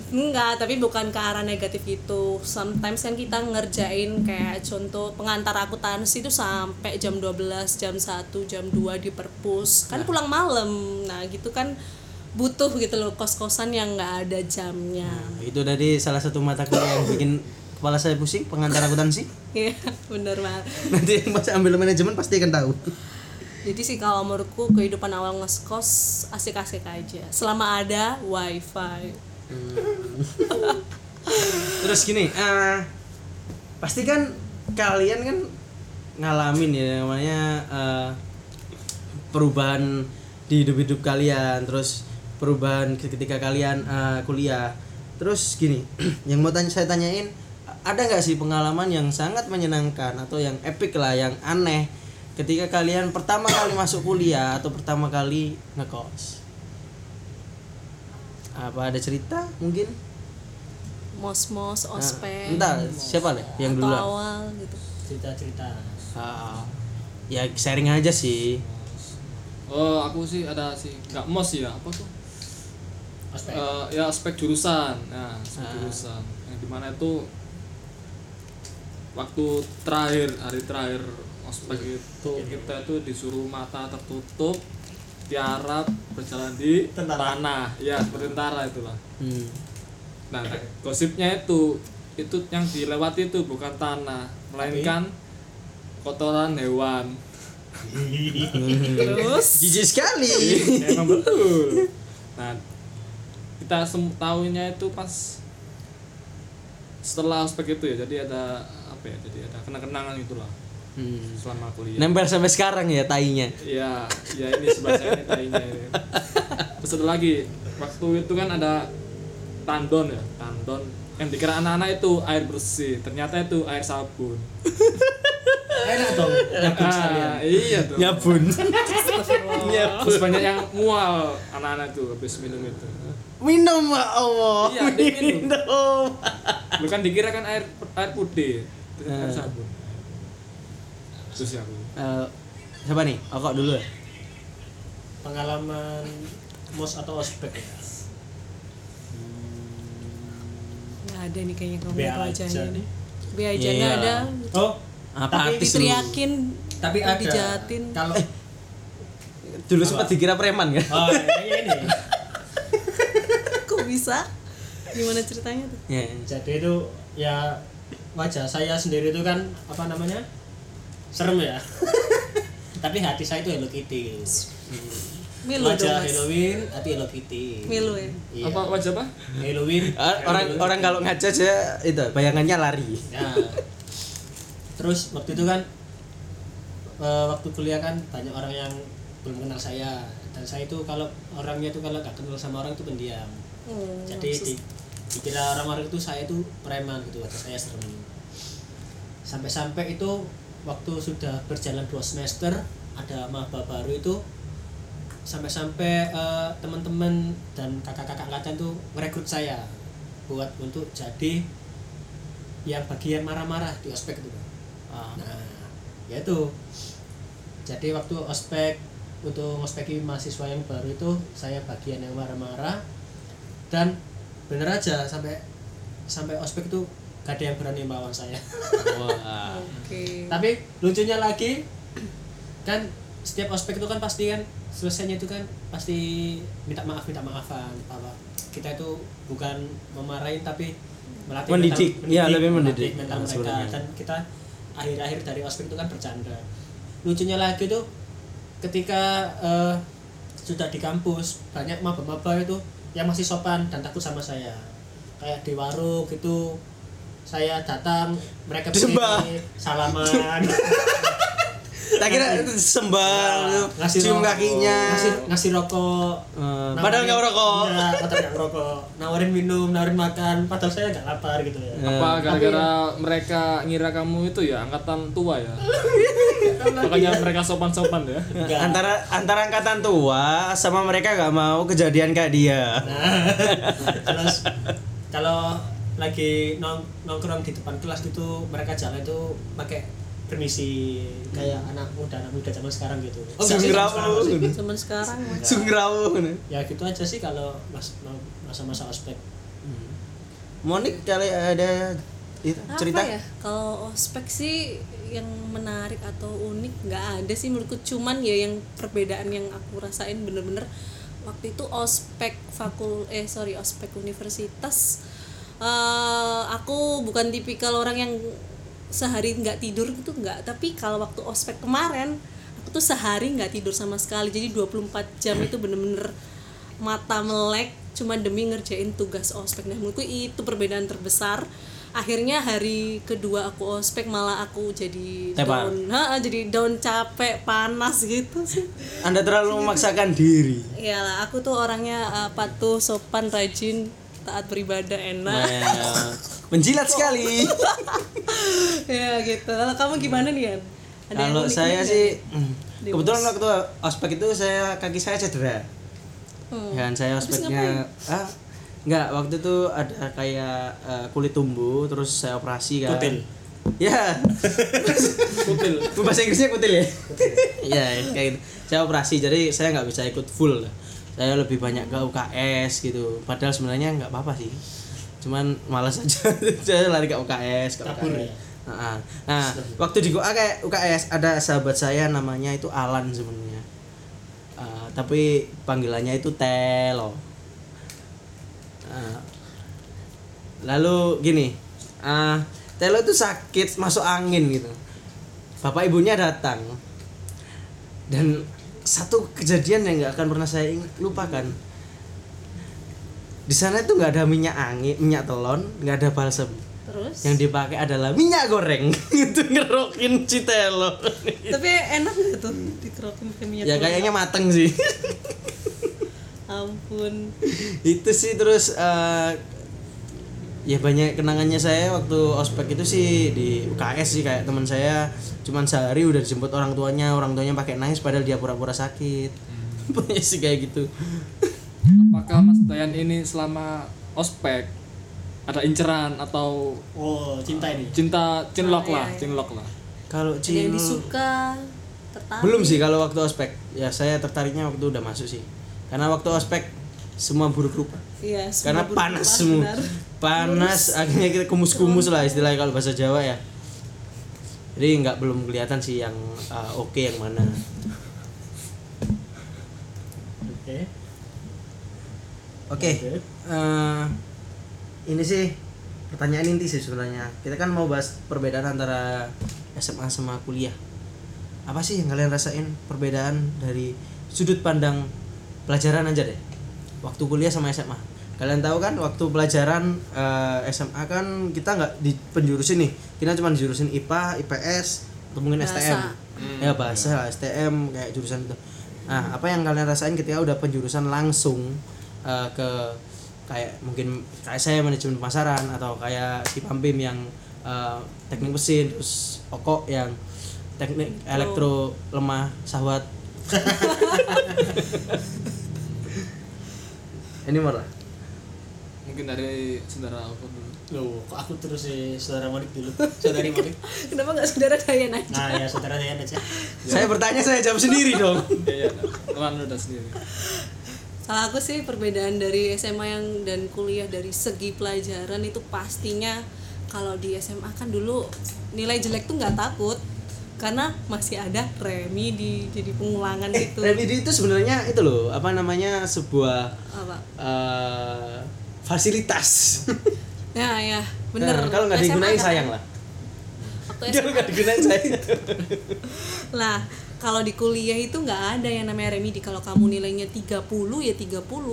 A: enggak tapi bukan ke arah negatif gitu sometimes kan kita ngerjain kayak contoh pengantar akuntansi itu sampai jam 12 jam 1 jam 2 di perpus kan pulang malam nah gitu kan butuh gitu loh kos-kosan yang nggak ada jamnya
C: itu dari salah satu mata kuliah yang bikin kepala saya pusing pengantar akuntansi
A: Iya, bener banget.
C: nanti yang pas ambil manajemen pasti akan tahu
A: Jadi sih kalau menurutku kehidupan awal ngekos asik-asik aja. Selama ada wifi.
C: terus gini eh pasti kan kalian kan ngalamin ya namanya eh, perubahan di hidup hidup kalian terus perubahan ketika kalian eh, kuliah terus gini yang mau tanya saya tanyain ada nggak sih pengalaman yang sangat menyenangkan atau yang epic lah yang aneh ketika kalian pertama kali masuk kuliah atau pertama kali ngekos apa ada cerita mungkin
A: Mos-mos, ospek.
C: Entar siapa deh Nah, yang
A: Oh, atau
C: duluan?
A: awal gitu.
B: Cerita-cerita.
C: Ah, ya sharing aja sih.
D: Oh, aku sih ada sih nggak mos ya, apa tuh?
B: Ospek.
D: Eh, ya aspek jurusan. Nah, aspek
C: Ah.
D: jurusan. Yang dimana itu waktu terakhir hari terakhir ospek itu kita itu disuruh mata tertutup tiarap berjalan di
B: Tentara.
D: tanah ya seperti tentara itulah
C: Hmm.
D: nah nah, gosipnya itu itu yang dilewati itu bukan tanah melainkan kotoran hewan
A: terus
C: Jijik sekali.
D: memang betul nah kita sem- tahunya itu pas setelah ospek itu ya jadi ada apa ya jadi ada kenang-kenangan gitulah
C: Hmm.
D: selama kuliah
C: Nempel sampai sekarang ya tainya.
D: Iya, ya ini sebelah saya ini tainya ini. Terus ada lagi, waktu itu kan ada tandon ya, tandon. Yang dikira anak-anak itu air bersih, ternyata itu air sabun.
B: enak dong nyambung sekalian
D: Ah, iya tuh.
C: Nyabun.
D: Terus banyak yang mual anak-anak itu habis minum itu.
C: Minum ya Allah.
D: Iya, dia minum. Lu kan dikira kan air air putih, ternyata air
C: Eh.
D: sabun. Terus ya aku.
C: Eh, siapa nih? Okok dulu ya.
B: pengalaman mos atau ospek ya
A: nggak ada nih kayaknya kamu
B: Be
A: itu aja
B: aja.
A: nih be aja
C: Iya.
A: nggak ada
B: oh
C: Apa artis lu?
A: diteriakin
B: tapi ada
A: dijahatin
B: kalau
C: Eh. Dulu sempat dikira preman kan?
B: oh kayaknya ini
A: kok bisa gimana ceritanya tuh
C: Iya.
B: jadi itu ya wajah saya sendiri itu kan apa namanya serem ya tapi hati saya itu Hello Kitty
A: Milo dong
B: wajah
A: mas
B: Halloween hati Hello Kitty
A: Milo ya
B: iya.
D: Apa wajah apa?
B: Halloween
C: Eh, orang
B: Halloween.
C: orang kalau ngaca aja itu bayangannya lari.
B: Nah, terus waktu itu kan eh, waktu kuliah kan banyak orang yang belum kenal saya dan saya itu kalau orangnya itu kalau gak kenal sama orang itu pendiam.
A: Hmm,
B: Jadi di, dikira orang-orang itu saya itu preman gitu, atau saya serem. Sampai-sampai itu waktu sudah berjalan dua semester ada maba baru itu sampai-sampai eh, teman-teman dan kakak-kakak angkatan tuh merekrut saya buat untuk jadi yang bagian marah-marah di ospek itu Bang. nah ya itu jadi waktu ospek untuk ngospeki mahasiswa yang baru itu saya bagian yang marah-marah dan bener aja sampai sampai ospek itu gak ada yang berani melawan saya
C: Wah.
A: oke
B: tapi lucunya lagi kan setiap ospek itu kan pasti kan selesainya itu kan pasti minta maaf minta maafan apa kita itu bukan memarahin tapi melatih
C: Mendidik.
B: mental-
C: Iya, lebih mendidik.
B: melatih mental
C: Nah,
B: mereka
C: sebenarnya.
B: dan kita akhir-akhir dari ospek itu kan bercanda lucunya lagi tuh ketika eh, sudah di kampus banyak maba-maba itu yang masih sopan dan takut sama saya kayak di warung gitu saya datang mereka
C: Disembah.
B: berdiri, salaman
C: Tak kira itu
B: Nah,
C: sembah,
B: ngasih
C: cium
B: rokok.
C: kakinya.
B: ngasih, ngasih rokok
C: Eh,
B: Nawarin-
C: padahal nggak rokok.
B: Nggak, padahal nggak ngerokok nawarin minum nawarin makan padahal saya nggak lapar gitu ya
C: Eh,
D: Apa gara-gara mereka ngira kamu itu ya angkatan tua ya? Makanya mereka sopan-sopan ya.
B: Nggak.
C: antara antara angkatan tua sama mereka nggak mau kejadian kayak dia
B: terus kalau lagi nong nongkrong di depan kelas gitu mereka jalan itu pakai permisi kayak anak muda anak muda zaman sekarang gitu Hmm. oh, nggak sih, zaman sekarang sih.
C: sungrawun
A: zaman sekarang mas
C: sungrawun
B: ya gitu aja sih kalau mas masa-masa ospek
C: Monik kali ada itu,
A: apa
C: Gitu. cerita
A: ya kalau ospek sih yang menarik atau unik nggak ada sih menurutku cuman ya yang perbedaan yang aku rasain bener-bener waktu itu ospek fakul eh sorry ospek universitas eh aku bukan tipikal orang yang sehari nggak tidur gitu nggak tapi kalau waktu ospek kemarin aku tuh sehari nggak tidur sama sekali jadi 24 jam itu bener-bener mata melek cuma demi ngerjain tugas ospek nah menurutku itu perbedaan terbesar akhirnya hari kedua aku ospek malah aku jadi
C: Tepar.
A: down Ha, jadi down capek panas gitu sih
C: Anda terlalu memaksakan diri
A: iyalah aku tuh orangnya eh, patuh sopan rajin taat beribadah enak
C: Nah, menjilat sekali
A: ya gitu kalau kamu gimana nih Yan? Ada yang ya?
C: kalau
A: unik-unik
C: saya
A: nggak?
C: sih mm, kebetulan waktu ospek itu saya kaki saya cedera
A: Hmm.
C: dan saya ospeknya ah nggak waktu itu ada kayak eh, kulit tumbuh terus saya operasi kan
B: Kutil.
C: ya
D: Kupil.
C: bahasa Inggrisnya kutil ya ya kayak gitu saya operasi jadi saya nggak bisa ikut full saya lebih banyak ke UKS gitu padahal sebenarnya nggak apa-apa sih cuman malas aja saya lari ke UKS ke
B: Kabur
C: UKS.
B: ya?
C: Nah, nah, waktu di UKS ada sahabat saya namanya itu Alan sebenarnya Eh, tapi panggilannya itu telo Nah, lalu gini ah telo itu sakit masuk angin gitu bapak ibunya datang dan satu kejadian yang nggak akan pernah saya kan? ing- lupakan di sana itu nggak ada minyak angin minyak telon nggak ada balsem
A: terus
C: yang dipakai adalah minyak goreng itu ngerokin si telo
A: tapi enak gak tuh dikerokin ke minyak
C: ya
A: goreng?
C: kayaknya mateng sih
A: ampun
C: itu sih terus eh, ya banyak kenangannya saya waktu ospek itu sih di UKS sih kayak teman saya cuman sehari udah dijemput orang tuanya orang tuanya pakai nangis padahal dia pura-pura sakit
A: Hmm.
C: banyak sih kayak gitu
D: Apakah Mas Dayan ini selama ospek ada inceran atau
B: oh cinta ini
D: cinta cinlok
A: Ah, iya,
D: lah,
A: iya.
D: cinlok lah.
C: kalau
A: ada yang
C: cil
A: disuka tertarik
C: belum sih kalau waktu ospek ya saya tertariknya waktu udah masuk sih karena waktu ospek semua buruk rupa
A: iya
C: karena
A: semua berubah,
C: panas semua
A: benar.
C: panas akhirnya kita kumus-kumus lah istilahnya kalau bahasa Jawa ya jadi nggak belum kelihatan sih yang uh, oke yang mana
B: oke
C: oke
B: Oke.
C: eh, ini sih pertanyaan inti sih sebenarnya kita kan mau bahas perbedaan antara SMA sama kuliah apa sih yang kalian rasain perbedaan dari sudut pandang pelajaran aja deh waktu kuliah sama SMA kalian tahu kan waktu pelajaran eh, SMA kan kita nggak di penjurusin nih kita cuma jurusin IPA IPS atau mungkin
A: Bahasa.
C: STM ya bahasa lah, STM kayak jurusan itu nah apa yang kalian rasain ketika udah penjurusan langsung eh, ke kayak mungkin kayak saya manajemen pemasaran atau kayak si Pampim yang eh, teknik mesin terus Oko yang teknik elektro lemah sahwat ini marah
D: Mungkin dari saudara aku dulu.
B: loh kok aku terus sih saudara Monik dulu saudari Monik
A: kenapa nggak saudara Dayan aja
B: nah ya saudara Dayan aja
C: saya bertanya saya jawab sendiri dong
D: Iya, iya. Teman udah sendiri.
A: Salah aku sih perbedaan dari SMA yang dan kuliah dari segi pelajaran itu pastinya kalau di SMA kan dulu nilai jelek tuh nggak takut karena masih ada remedi jadi pengulangan gitu
C: remedi itu sebenarnya itu loh apa namanya sebuah
A: apa
C: eh, fasilitas
A: ya ya bener
C: Nah, kalau nggak
A: SMA
C: digunain
A: kan-
C: sayang lah
A: waktu
C: kalau nggak digunain sayang
A: Nah, kalau di kuliah itu nggak ada yang namanya remedi. Kalau kamu nilainya 30 ya 30, 5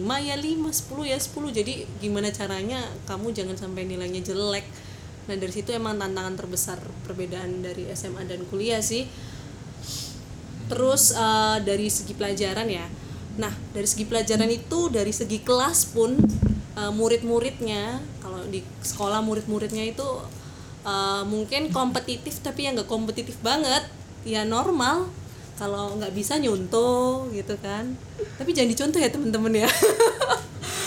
A: ya 5, 10 ya 10. Jadi gimana caranya kamu jangan sampai nilainya jelek. Nah, dari situ emang tantangan terbesar perbedaan dari SMA dan kuliah sih. Terus eh, dari segi pelajaran ya. Nah, dari segi pelajaran itu dari segi kelas pun eh, murid-muridnya kalau di sekolah murid-muridnya itu eh, mungkin kompetitif tapi yang nggak kompetitif banget, ya normal. Kalau nggak bisa nyontoh gitu kan. Tapi jangan dicontoh ya temen-temen ya.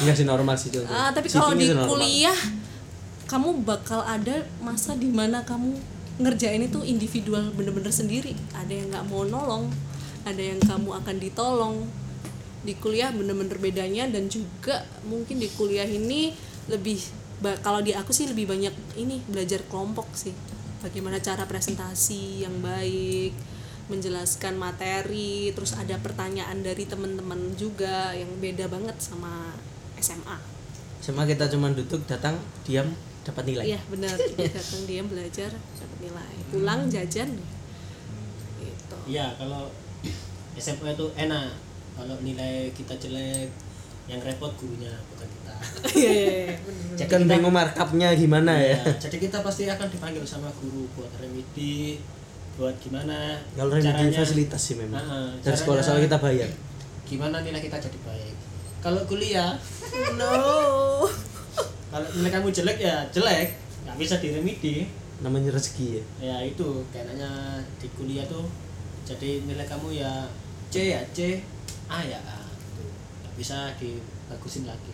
C: nggak sih normal iya. sih contoh
A: Ah, tapi
C: Cheating
A: kalau di
C: itu normal.
A: kuliah kamu bakal ada masa dimana kamu ngerjain itu individual bener-bener sendiri. Ada yang nggak mau nolong, ada yang kamu akan ditolong. Di kuliah bener-bener bedanya dan juga mungkin di kuliah ini lebih ba- kalau di aku sih lebih banyak ini belajar kelompok sih. Bagaimana cara presentasi yang baik, menjelaskan materi, terus ada pertanyaan dari teman-teman juga yang beda banget sama SMA.
C: sama kita cuman duduk datang diam dapat nilai
A: Iya benar Hmm. datang dia belajar dapat nilai pulang jajan gitu
B: Iya, kalau SMA itu enak. Kalau nilai kita jelek, yang repot gurunya bukan kita.
A: iya iya, iya, benar.
B: Jadi
C: kan
B: kita-
C: bingung markupnya gimana
B: Iya,
C: ya
B: jadi kita pasti akan dipanggil sama guru buat remedi, buat gimana
C: kalau remedi fasilitas sih
B: Ah,
C: memang
B: ah,
C: dari
B: caranya-
C: sekolah soal kita bayar
B: Gimana nilai kita jadi baik. Kalau kuliah,
A: no
B: kalau nilai kamu jelek ya jelek, nggak bisa diremedi.
C: namanya rezeki ya
B: Ya itu kayaknya di kuliah tuh jadi nilai kamu ya C ya C, A ya A. Gitu. Nggak bisa dibagusin lagi.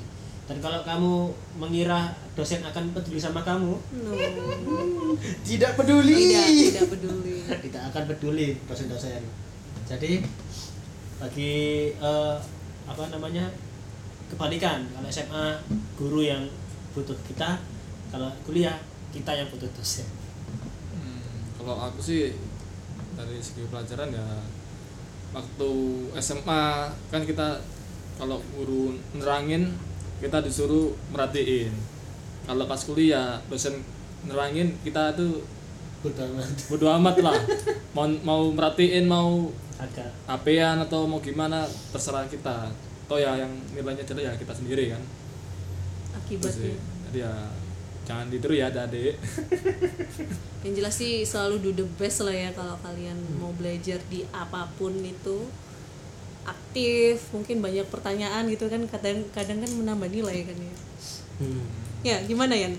B: Dan kalau kamu mengira dosen akan peduli sama kamu,
A: no
C: tidak
A: tidak
C: peduli
A: tidak peduli
B: tidak akan peduli dosen-dosen. Jadi bagi eh, apa namanya kebalikan kalau SMA guru yang butuh kita, kalau kuliah kita yang butuh dosen.
D: Hmm, kalau aku sih dari segi pelajaran ya waktu SMA kan kita kalau guru nerangin kita disuruh merhatiin kalau pas kuliah dosen nerangin kita tuh
B: Berdoa
D: bodo amat lah mau mau merhatiin mau
B: agak
D: HP-an atau mau gimana terserah kita toh ya yang nilainya jelek ya kita sendiri kan Terus
A: akibatnya
D: ya, jadi ya jangan ditiru ya adik-adik
A: yang jelas sih selalu do the best lah ya kalau kalian mau belajar di apapun itu aktif mungkin banyak pertanyaan gitu kan kadang kadang kan menambah nilai kan ya ya gimana ya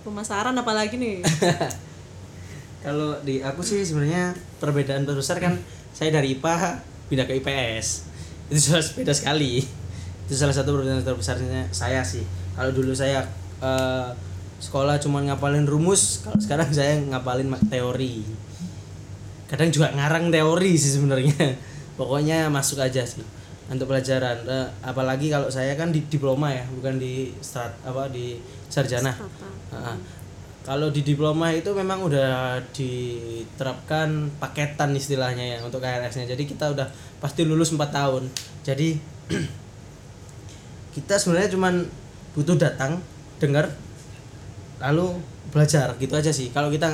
A: pemasaran apalagi nih
C: Kalau di aku sih sebenarnya perbedaan terbesar kan saya dari IPA pindah ke IPS. Itu jelas beda sekali. Itu salah satu perbedaan terbesarnya saya sih. Kalau dulu saya eh, sekolah cuma ngapalin rumus, kalau sekarang saya ngapalin ma- teori. Kadang juga ngarang teori sih sebenarnya. Pokoknya masuk aja sih untuk pelajaran. Eh, apalagi kalau saya kan di diploma ya, bukan di strat apa di sarjana. Ah, Kalau di diploma itu memang udah diterapkan paketan istilahnya ya untuk KRS-nya. Jadi kita udah pasti lulus 4 tahun. Jadi kita sebenarnya cuman butuh datang, dengar, lalu belajar gitu aja sih. Kalau kita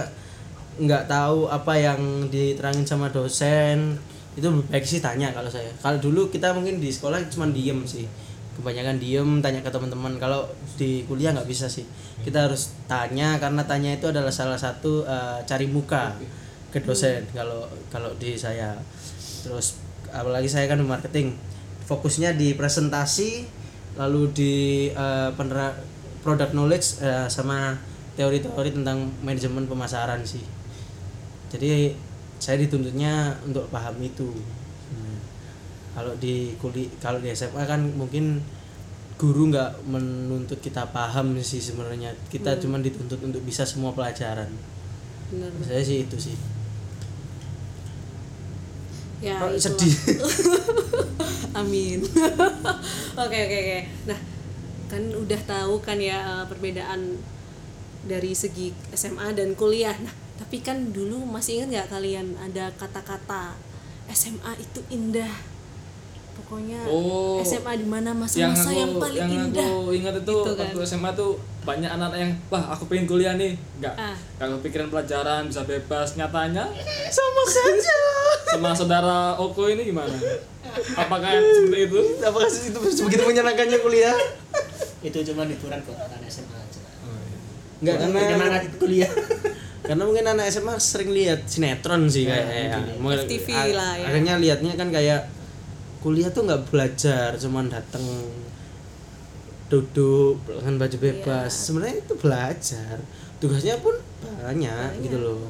C: nggak tahu apa yang diterangin sama dosen itu lebih baik sih tanya kalau saya. Kalau dulu kita mungkin di sekolah cuman diem sih kebanyakan diem tanya ke teman-teman kalau di kuliah nggak bisa sih kita harus tanya karena tanya itu adalah salah satu eh, cari muka ke dosen kalau kalau di saya terus apalagi saya kan di marketing fokusnya di presentasi lalu di eh, penera- product knowledge eh, sama teori-teori tentang manajemen pemasaran sih jadi saya dituntutnya untuk paham itu Hmm. kalau di kuli kalau di SMA kan mungkin guru nggak menuntut kita paham sih sebenarnya kita cuman dituntut untuk bisa semua pelajaran
A: bener
C: saya sih itu sih
A: ya
C: Kok
A: itulah.
C: sedih?
A: amin oke oke oke nah kan udah tahu kan ya eh, perbedaan dari segi SMA dan kuliah nah tapi kan dulu masih ingat nggak kalian ada kata-kata SMA itu indah pokoknya
D: Oh,
A: SMA di mana
D: yang
A: masa-masa
D: aku
A: yang, paling
D: yang
A: indah
D: aku ingat itu
A: Gitu kan.
D: waktu SMA tuh banyak anak-anak yang wah aku pengen kuliah nih nggak
A: Ah.
D: nggak kepikiran pelajaran bisa bebas nyatanya
C: sama saja
D: sama saudara Oko ini gimana apakah seperti itu
C: apakah itu begitu menyenangkannya kuliah
B: itu cuma liburan kok anak SMA aja iya.
C: nggak
B: Orang bagaimana
C: karena
B: di kuliah
C: karena mungkin anak SMA sering lihat sinetron sih kayaknya ya. Mungkin
A: FTV
C: a-
A: lah ya.
C: akhirnya lihatnya kan kayak kuliah tuh nggak belajar cuman datang duduk dengan baju bebas sebenarnya itu belajar tugasnya pun banyak, gitu loh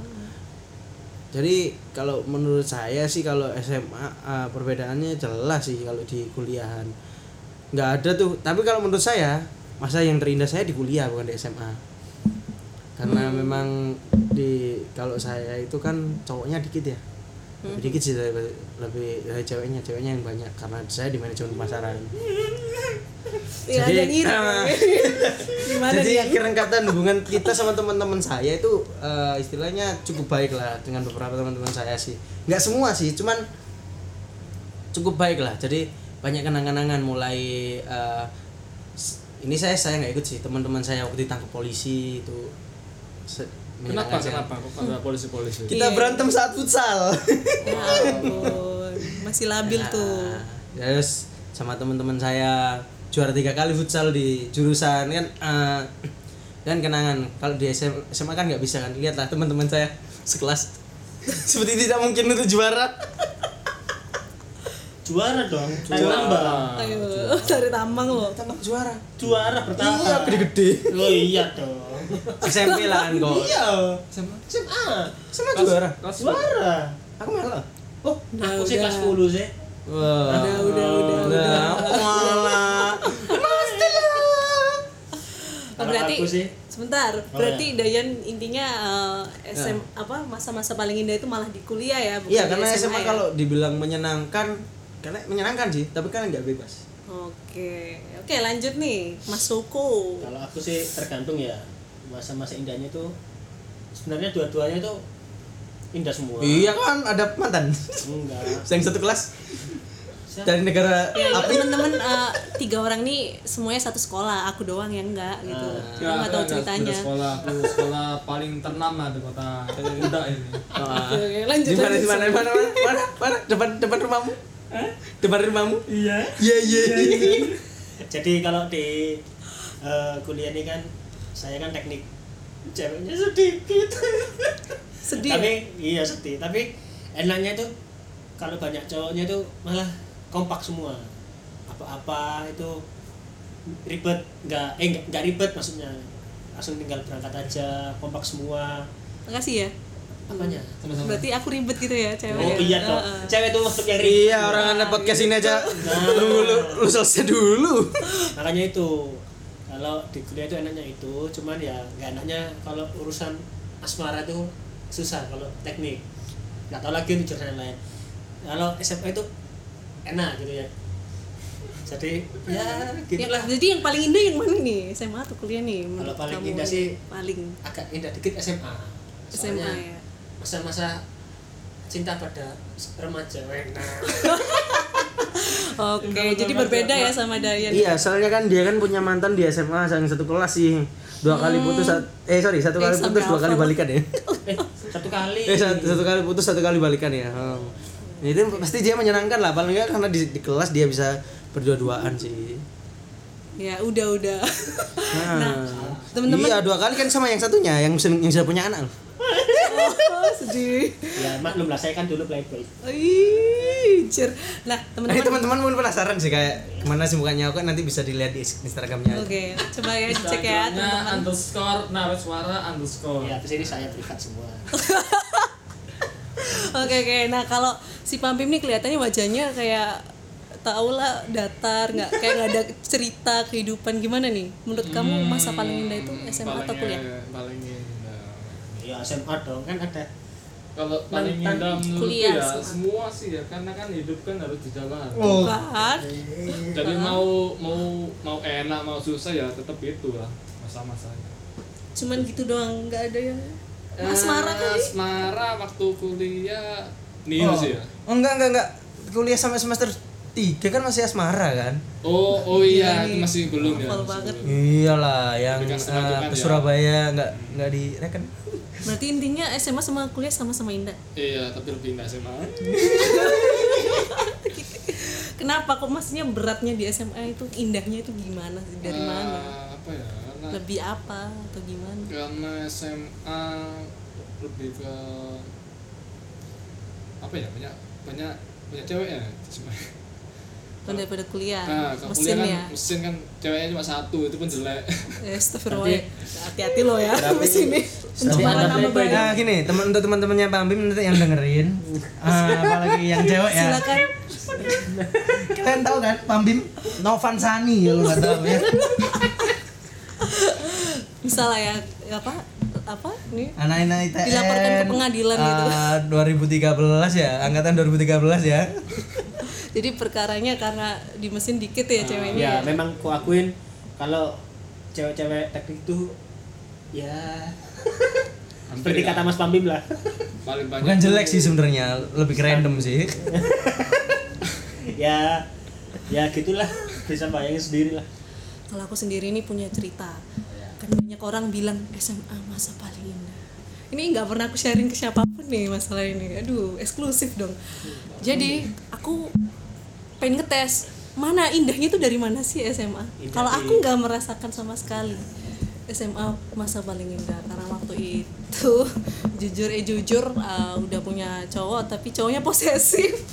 C: jadi kalau menurut saya sih kalau SMA eh, perbedaannya jelas sih kalau di kuliahan nggak ada tuh tapi kalau menurut saya masa yang terindah saya di kuliah bukan di SMA karena memang di kalau saya itu kan cowoknya dikit ya lebih dikit sih dari, lebih dari ceweknya ceweknya yang banyak karena saya di manajemen pemasaran
A: ya,
C: Jadi,
A: dan iri.
D: Nah.
C: ah.
A: gimana
C: jadi
A: dia
C: kerengkatan hubungan kita sama teman-teman saya itu eh, istilahnya cukup baik lah dengan beberapa teman-teman saya sih nggak semua sih cuman cukup baik lah jadi banyak kenangan-kenangan mulai eh, s- ini saya saya nggak ikut sih teman-teman saya waktu ditangkap polisi itu se-
D: kenapa
C: menyenangkan saya.
D: kenapa kok ada polisi-polisi
A: Iya.
C: kita berantem saat futsal
A: ya ampun masih labil tuh
C: Nah, terus sama teman-teman saya juara tiga kali futsal di jurusan kan eh, dan kenangan kalau di SM SMA kan nggak bisa kan lihatlah teman-teman saya sekelas seperti tidak mungkin untuk juara
B: juara dong
D: Juara.
B: tambah
D: Nah.
A: ayo dari tambang loh
C: tambah juara
B: juara
C: iya
B: bertahap
C: gede-gede
B: oh iya dong
C: SMP lah kan kok
B: iya
D: SMA
B: SMA
C: sama juara
D: kelas
B: juara
C: aku malah
B: oh
A: Nah,
B: aku sih
A: udah.
B: kelas 10 sih
C: Wah.
A: udah udah udah udah
C: Nah, aku malah
A: Oh,
B: Kalau
A: berarti
B: aku sih- Oh, iya.
A: sebentar berarti Dayan intinya eh, SM apa masa-masa paling indah itu malah di kuliah ya bukan
C: iya
A: di
C: karena
A: SMA
C: SMA
A: ya?
C: kalau dibilang menyenangkan karena menyenangkan sih tapi kan nggak bebas
A: oke oke lanjut nih Mas Suku
B: kalau aku sih tergantung ya masa-masa indahnya itu sebenarnya dua-duanya itu Indah semua.
C: Iya kan ada mantan.
B: Enggak.
C: Yang satu kelas
B: Siapa?
C: dari negara
A: Iya,
C: api.
A: temen-temen eh, tiga orang nih semuanya satu sekolah aku doang yang enggak gitu
B: Ah.
A: Aku nggak tahu
D: ada
A: ceritanya
D: beda sekolah aku sekolah paling ternama di kota Kuda ini
A: Oke, oke, lanjut, lanjut.
C: Ah. Di mana di mana di mana mana mana mana depan depan rumahmu? Depan rumahmu?
B: Iya.
C: Iya iya.
B: Jadi kalau di eh, kuliah ini kan saya kan teknik ceweknya sedikit.
A: Sedih ya?
B: Tapi iya sedih. Tapi enaknya itu kalau banyak cowoknya itu malah kompak semua. Apa-apa itu ribet nggak eh nggak- nggak ribet maksudnya langsung tinggal berangkat aja kompak semua
A: makasih ya
B: apanya
D: sama-sama
A: berarti aku ribet gitu ya cewek
B: oh iya dong cewek itu masuk yang ribet
C: Iya orang ada podcast ini aja. Nunggu lu lu selesai dulu.
B: makanya itu kalau di kuliah itu enaknya itu cuman ya nggak enaknya kalau urusan asmara itu susah kalau teknik nggak tahu lagi untuk jurusan yang lain kalau SMA itu enak gitu ya jadi ya
A: Ya,
B: gitulah
A: jadi yang paling indah yang mana nih SMA atau kuliah nih menurut
B: Kalau paling
A: kamu?
B: indah sih-
A: paling
B: agak indah dikit SMA
A: SMA
B: Soalnya
A: ya
B: masa-masa cinta pada remaja enak
A: oke jadi berbeda ya sama Dayan
C: Iya, soalnya kan dia kan punya mantan di SMA yang satu kelas sih. Dua kali
A: Oh.
C: putus sat- eh sorry, satu
A: Eh,
C: kali
A: sampai
C: putus dua kali
A: hafal.
C: balikan ya.
B: eh, satu kali
C: Eh satu, satu kali putus satu kali balikan ya. Hmm. Ya, Itu pasti dia menyenangkan lah paling enggak karena di, di kelas dia bisa berdua-duaan sih.
A: ya udah udah
C: Nah,
A: teman-teman-
C: iya dua kali kan sama yang satunya yang sen- yang sudah punya anak.
A: oh, sedih
B: ya maklum lah saya kan dulu playboy
A: Ih, cer. Nah,
C: Nah,
A: teman-teman
C: teman-teman mungkin penasaran sih kayak kemana sih mukanya aku kan nanti bisa dilihat di Instagramnya.
A: Oke, coba ya dicek ya
D: Instagramnya
A: teman-teman.
D: underscore naraswara underscore
B: ya terus ini saya privat semua
A: Oke oke. Nah kalau si Pampim nih kelihatannya wajahnya kayak tau lah datar, nggak kayak nggak ada cerita kehidupan gimana nih? Menurut kamu masa paling indah itu SMA atau
D: Hmm, Paling- ya.
A: kuliah?
D: paling indah
B: ya SMA dong kan ada
D: kalau paling
A: Mantan
D: indah menurutku
A: kuliah
D: ya
A: semua.
D: semua sih ya karena kan hidup kan harus dijalan
A: Oh. Bukan.
D: jadi mau mau mau enak mau susah ya tetap itu lah masa-masanya
A: Cuman gitu doang, nggak ada yang kan- asmara
D: Eh,
A: kali.
D: asmara waktu kuliah
C: Oh.
D: nihil sih ya
C: Enggak, enggak, enggak. Kuliah sampai semester 3 kan masih asmara kan?
D: oh oh iya itu masih belum ya
A: Hafal
D: masih
A: banget.
D: belum.
C: Iyalah, yang
D: Tapi kan
C: eh,
D: setelah itu kan
C: ke
D: ya.
C: Surabaya enggak enggak ya kan? direken.
A: Berarti intinya SMA sama kuliah sama-sama indah.
D: iya tapi lebih indah sih Mas.
A: Kenapa kok maksudnya beratnya di SMA itu indahnya itu gimana sih? Dari
D: Eh,
A: mana?
D: apa ya karena,
A: Lebih apa atau gimana?
D: karena SMA lebih ke apa ya banyak banyak banyak cewek ya
A: Kalau daripada kuliah,
D: nah
A: Ah,
D: kalau kuliah
A: mesin
D: kan
A: ya.
D: mesin kan ceweknya cuma satu itu pun jelek
A: Eh, Astagfirullah. Hati-hati lo ya di sini.
C: Tapi
A: Pencemaran
C: ada-
A: nama baik.
C: Nah, gini, teman untuk teman-temannya Bang Bim nanti yang dengerin. Ah, apalagi yang cewek ya.
A: Silakan.
C: Kalian tahu kan Bang Bim Novan Sani kalau enggak tahu ya.
A: Misalnya ya apa? Apa? Nih.
C: Anak-anak E ITN.
A: Dilaporkan ke pengadilan gitu.
C: ah, 2013 ya, angkatan 2013 ya.
A: Jadi perkaranya karena di mesin dikit ya ceweknya.
B: ya memang kuakuin kalau cewek-cewek teknik itu ya seperti kata Mas Pambim lah
D: paling banyak
C: Bukan jelek
D: tuh-
C: sih sebenarnya, lebih random sih.
B: ya ya gitulah bisa bayangin sendiri lah
A: Kalau aku sendiri ini punya cerita. Kan banyak orang bilang SMA masa paling indah. Ini nggak pernah aku sharing ke siapapun nih masalah ini. Aduh, eksklusif dong. Jadi aku pengen ngetes mana indahnya itu dari mana sih SMA. Kalau aku nggak merasakan sama sekali SMA masa paling indah karena waktu itu jujur eh jujur eh, udah punya cowok tapi cowoknya posesif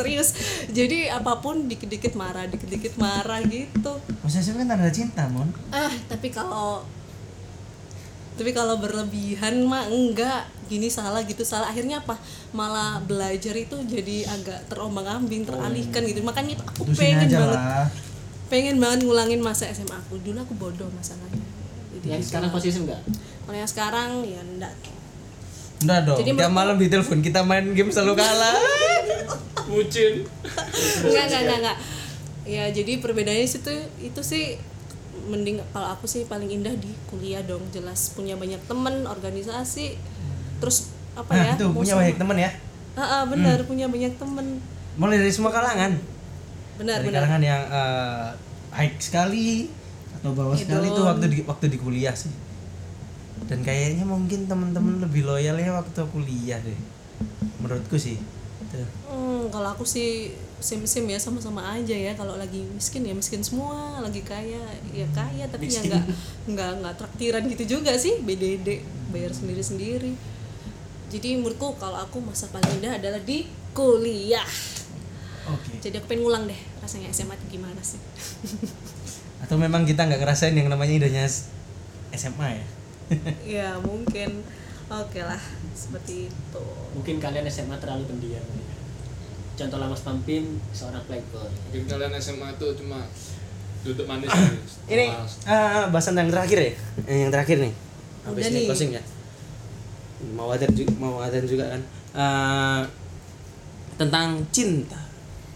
A: serius jadi apapun dikit-dikit marah dikit-dikit marah gitu
C: Posesif kan tanda cinta, Mon.
A: ah tapi kalau tapi kalau berlebihan mah enggak gini salah gitu salah akhirnya apa malah belajar itu jadi agak terombang-ambing teralihkan gitu makanya itu aku
C: Terusin
A: pengen
C: Oh. aja
A: banget
C: lah.
A: pengen banget ngulangin masa SMA aku dulu aku bodoh masalahnya jadi
B: yang
A: gitu.
B: sekarang posisi enggak
A: kalau yang sekarang ya enggak
C: Udah dong,
A: Jadi
C: tiap malam di telepon kita main game selalu kalah.
D: bucin
A: enggak enggak enggak, enggak. ya jadi perbedaannya situ itu sih mending kalau aku sih paling indah di kuliah dong jelas punya banyak temen organisasi terus apa
C: Hmm. nah,
A: ya
C: tuh punya
A: musuh.
C: banyak teman ya
A: Ah, ah, benar punya banyak temen
C: mulai dari semua kalangan
A: benar
C: dari
A: benar
C: kalangan yang eh, high sekali atau bawah
A: Gitu.
C: sekali itu waktu di waktu di kuliah sih dan kayaknya mungkin temen-temen lebih loyalnya waktu kuliah deh menurutku sih Gitu. Tuh.
A: Hmm, kalau aku sih sim-sim ya sama-sama aja ya. Kalau lagi miskin ya miskin semua, lagi kaya ya kaya tapi ya nggak nggak nggak traktiran gitu juga sih BDD bayar sendiri-sendiri. Jadi menurutku kalau aku masa paling indah adalah di kuliah.
C: oke
A: Jadi aku pengen ngulang deh rasanya SMA tuh gimana sih.
C: atau memang kita nggak ngerasain yang namanya indahnya s- SMA ya
A: ya mungkin oke lah seperti itu.
B: Mungkin kalian SMA terlalu pendiam. ya. Contoh lama Pampin seorang playboy.
D: mungkin kalian SMA itu cuma duduk manis gitu.
C: Ah, ini
D: Mas.
C: eh, bahasan yang terakhir ya Eh, yang terakhir nih habis
A: Udah
C: ini
A: nih.
C: closing ya mau ada juga mau ada juga kan Eh, tentang cinta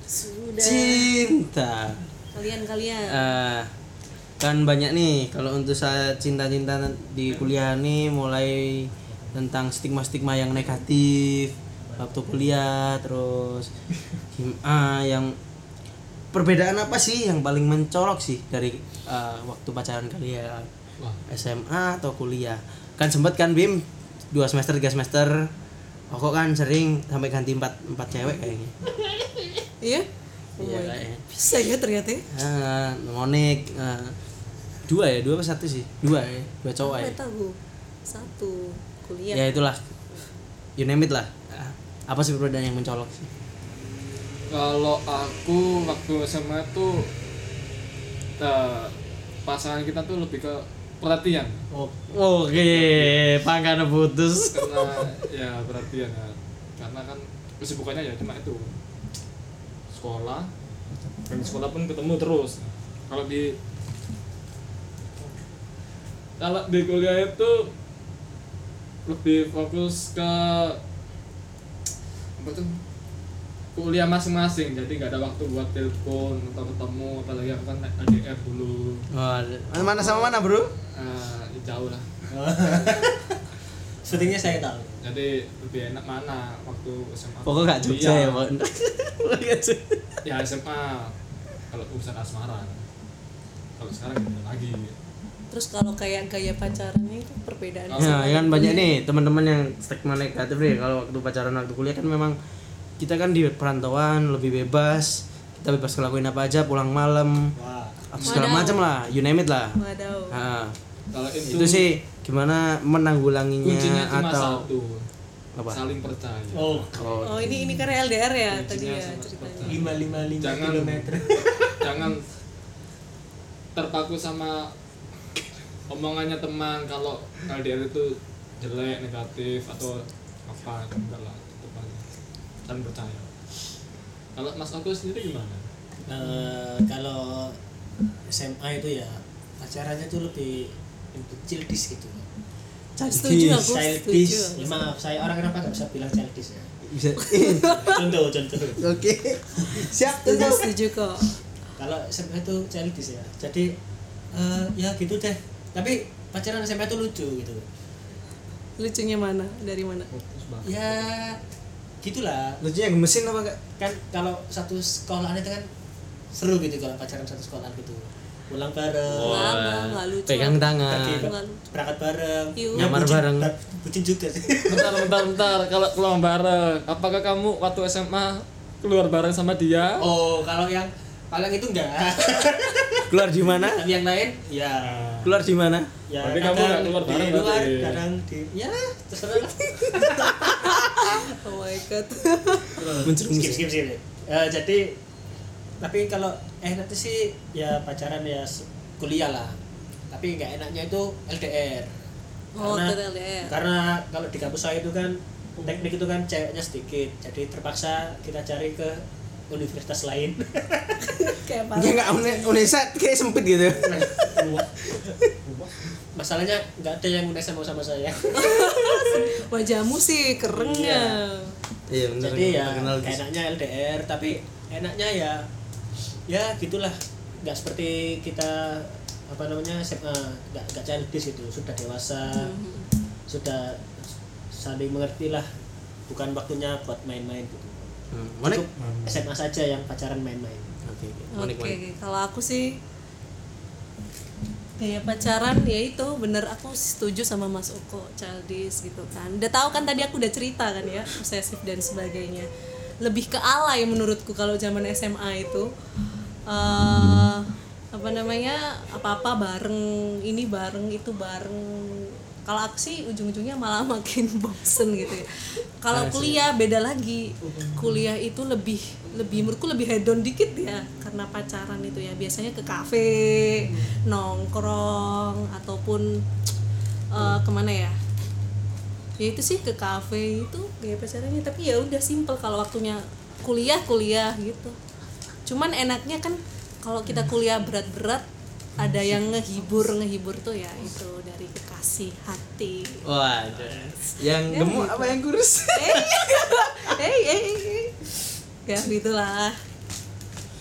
A: Sudah
C: cinta
A: kalian-kalian
C: Eh, kan banyak nih kalau untuk saya cinta-cinta di kuliah nih mulai tentang stigma-stigma yang negatif waktu kuliah terus ah, yang perbedaan apa sih yang paling mencolok sih dari eh, waktu pacaran kalian
D: Wah.
C: SMA atau kuliah kan sempet kan Bim dua semester tiga semester kok kan sering sampai ganti empat empat cewek kayaknya
A: iya
C: iya kayaknya
A: bisa ya ternyata ya.
C: Ah, ngonek ah. dua ya dua apa satu sih dua ya dua cowok ya
A: Nggak tahu satu kuliah
C: ya itulah you name it lah Ah, apa sih perbedaan yang mencolok sih
D: Kalau aku waktu SMA tuh eh, pasangan kita tuh lebih ke perhatian
C: oke pangkana putus
D: karena ya perhatian kan. karena kan kesibukannya ya cuma itu sekolah dan di sekolah pun ketemu terus kalau di kalau di kuliah itu lebih fokus ke apa tuh kuliah masing-masing jadi nggak ada waktu buat telepon atau ketemu apalagi aku kan ADR dulu
C: mana sama mana bro
D: eh jauh lah
B: Sepertinya saya tahu.
D: jadi lebih enak mana waktu SMA
C: pokoknya gak Jogja
D: Iya.
C: ya Pak. Pokoknya nggak Jogja.
D: ya SMA kalau urusan asmara kalau sekarang gitu lagi
A: Terus kalau kayak gaya pacarannya itu perbedaannya
D: Oh.
C: Ya,
A: iya.
C: ya kan banyak nih teman-teman yang stigma negatif nih kalau waktu pacaran waktu kuliah kan memang kita kan di perantauan lebih bebas kita bebas ngelakuin apa aja pulang malam
B: Wah.
C: apa segala
A: Waduh.
C: macam lah you name it lah
A: Wadaw.
C: Ah,
D: kalau itu,
C: itu sih gimana menanggulanginya
D: kuncinya cuma
C: atau
D: satu
C: apa?
D: saling percaya
B: Oh.
C: Oh, Iya,
A: Oh ini ini kan LDR ya
D: Kuncinya
A: tadi ya
D: sama
A: ceritanya.
D: seperti-
B: Lima lima lima
D: Jangan.
B: kilometer.
D: jangan terpaku sama omongannya teman kalau LDR itu jelek negatif atau apa enggak lah tetap aja saling percaya kalau Mas Aku sendiri gimana
B: Eh, kalau SMA itu ya acaranya tuh lebih untuk childish gitu.
A: Setuju Iya, aku setuju.
B: Childish. Ya,
C: Iya.
B: maaf, saya orang kenapa nggak bisa bilang childish ya?
C: Bisa.
B: Contoh contoh.
C: Oke. Siap
A: Setuju setuju kok.
B: kalau SMA itu childish ya jadi eh, ya gitu deh tapi pacaran SMA itu lucu gitu
A: Lucunya mana? Dari mana?
C: Oh.
B: ya gitulah
C: Lucunya gemesin apa enggak?
B: kan kalau satu sekolahan itu kan seru gitu kalau pacaran satu sekolahan gitu pulang bareng
A: Nggak, nggak, nggak lucu.
C: Pegang
B: pergi
C: tangan.
A: Bukan.
B: berangkat bareng
A: Yuk.
B: Ya,
C: Nyamar
B: bucin-
C: bareng.
B: bar- bucin juga sih
D: bentar bentar bentar kalau keluar bareng apakah kamu waktu SMA keluar bareng sama dia
B: oh kalau yang kalau yang itu enggak
C: Keluar di mana?
B: tapi yang lain ya
C: Keluar di mana?
B: ya
D: Berarti kamu nggak keluar
B: di
D: bareng
B: luar
D: berarti.
B: kadang di ya terserah lah
A: Oh my god.
C: Menjerumus
B: skip
C: ya?
B: skip skip Eh, jadi tapi kalau enak tuh sih ya pacaran ya se- kuliah lah tapi nggak enaknya itu LDR
A: Oh,
B: karena
A: tetap LDR.
B: karena kalau di kampus saya itu kan teknik itu kan ceweknya sedikit jadi terpaksa kita cari ke universitas lain
A: Kayak apa?
C: Enggak enggak Une- Unesat kayak sempit gitu.
B: masalahnya nggak ada yang udah sama sama saya
A: Wajahmu sih keren ya.
C: Iya benar.
B: jadi ya nggak enaknya LDR tapi enaknya ya ya gitulah nggak seperti kita apa namanya SMA nggak nggak childish gitu sudah dewasa sudah saling mengerti lah bukan waktunya buat main-main gitu
C: Hmm, Monik?
B: Cukup SMA saja yang pacaran main-main
A: Oke,
C: Oke, oke.
A: gitu.
C: Monik, Monik.
A: kalau aku sih gaya pacaran ya itu bener aku setuju sama Mas Uko childish gitu kan. Udah tahu kan tadi aku udah cerita kan ya, obsesif dan sebagainya. Lebih ke alay menurutku kalau zaman SMA itu. eh apa namanya? Apa-apa bareng, ini bareng, itu bareng. Kalau aku sih ujung-ujungnya malah makin bosen gitu ya. Kalau kuliah beda lagi. Kuliah itu lebih lebih menurutku lebih hedon dikit ya karena pacaran itu ya biasanya ke kafe, nongkrong ataupun eh, kemana ya? Ya itu sih ke kafe itu gaya pacarannya tapi ya udah simple kalau waktunya kuliah kuliah gitu. Cuman enaknya kan kalau kita
C: Hmm.
A: kuliah berat-berat ada yang ngehibur ngehibur tuh ya itu dari kekasih hati.
C: Waduh. Yang gemuk apa yang kurus?
A: Hey, hey, hey, hey. Ya gitulah.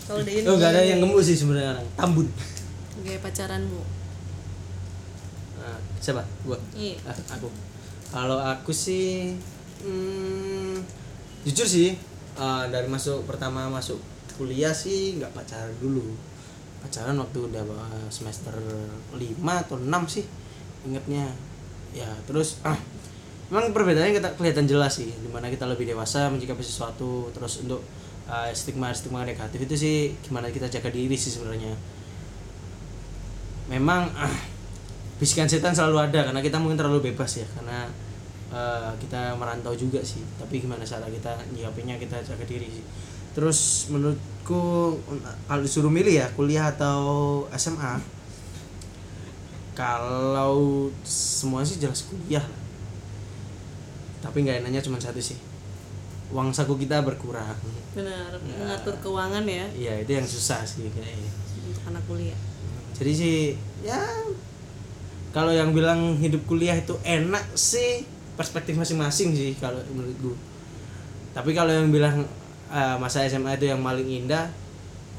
A: Kalau udah ini.
C: Oh, enggak ada yang gemuk sih sebenarnya orang. Tambun.
A: Gaya pacaranmu. Ah.
C: Nah, siapa? Gua.
A: Iya.
C: Ah, aku. Kalau aku sih hmm, jujur sih eh, dari masuk pertama masuk kuliah sih nggak pacaran dulu. Pacaran waktu udah ba- semester 5 atau 6 sih ingetnya. Ya, terus ah, Memang perbedaannya kita kelihatan jelas sih, dimana kita lebih dewasa menyikapi sesuatu, terus untuk eh, stigma-stigma negatif itu sih gimana kita jaga diri sih sebenarnya memang ah, bisikan setan selalu ada karena kita mungkin terlalu bebas ya karena eh, kita merantau juga sih tapi gimana cara kita nyiapinnya kita jaga diri sih terus menurutku kalau disuruh milih ya kuliah atau SMA kalau semua sih jelas kuliah lah. tapi nggak enaknya cuma satu sih uang saku kita berkurang
A: Benar, mengatur keuangan ya
C: iya itu yang susah sih kayaknya
A: untuk anak kuliah.
C: jadi sih ya kalau yang bilang hidup kuliah itu enak sih perspektif masing-masing sih kalau menurut gue tapi kalau yang bilang eh, masa SMA itu yang paling indah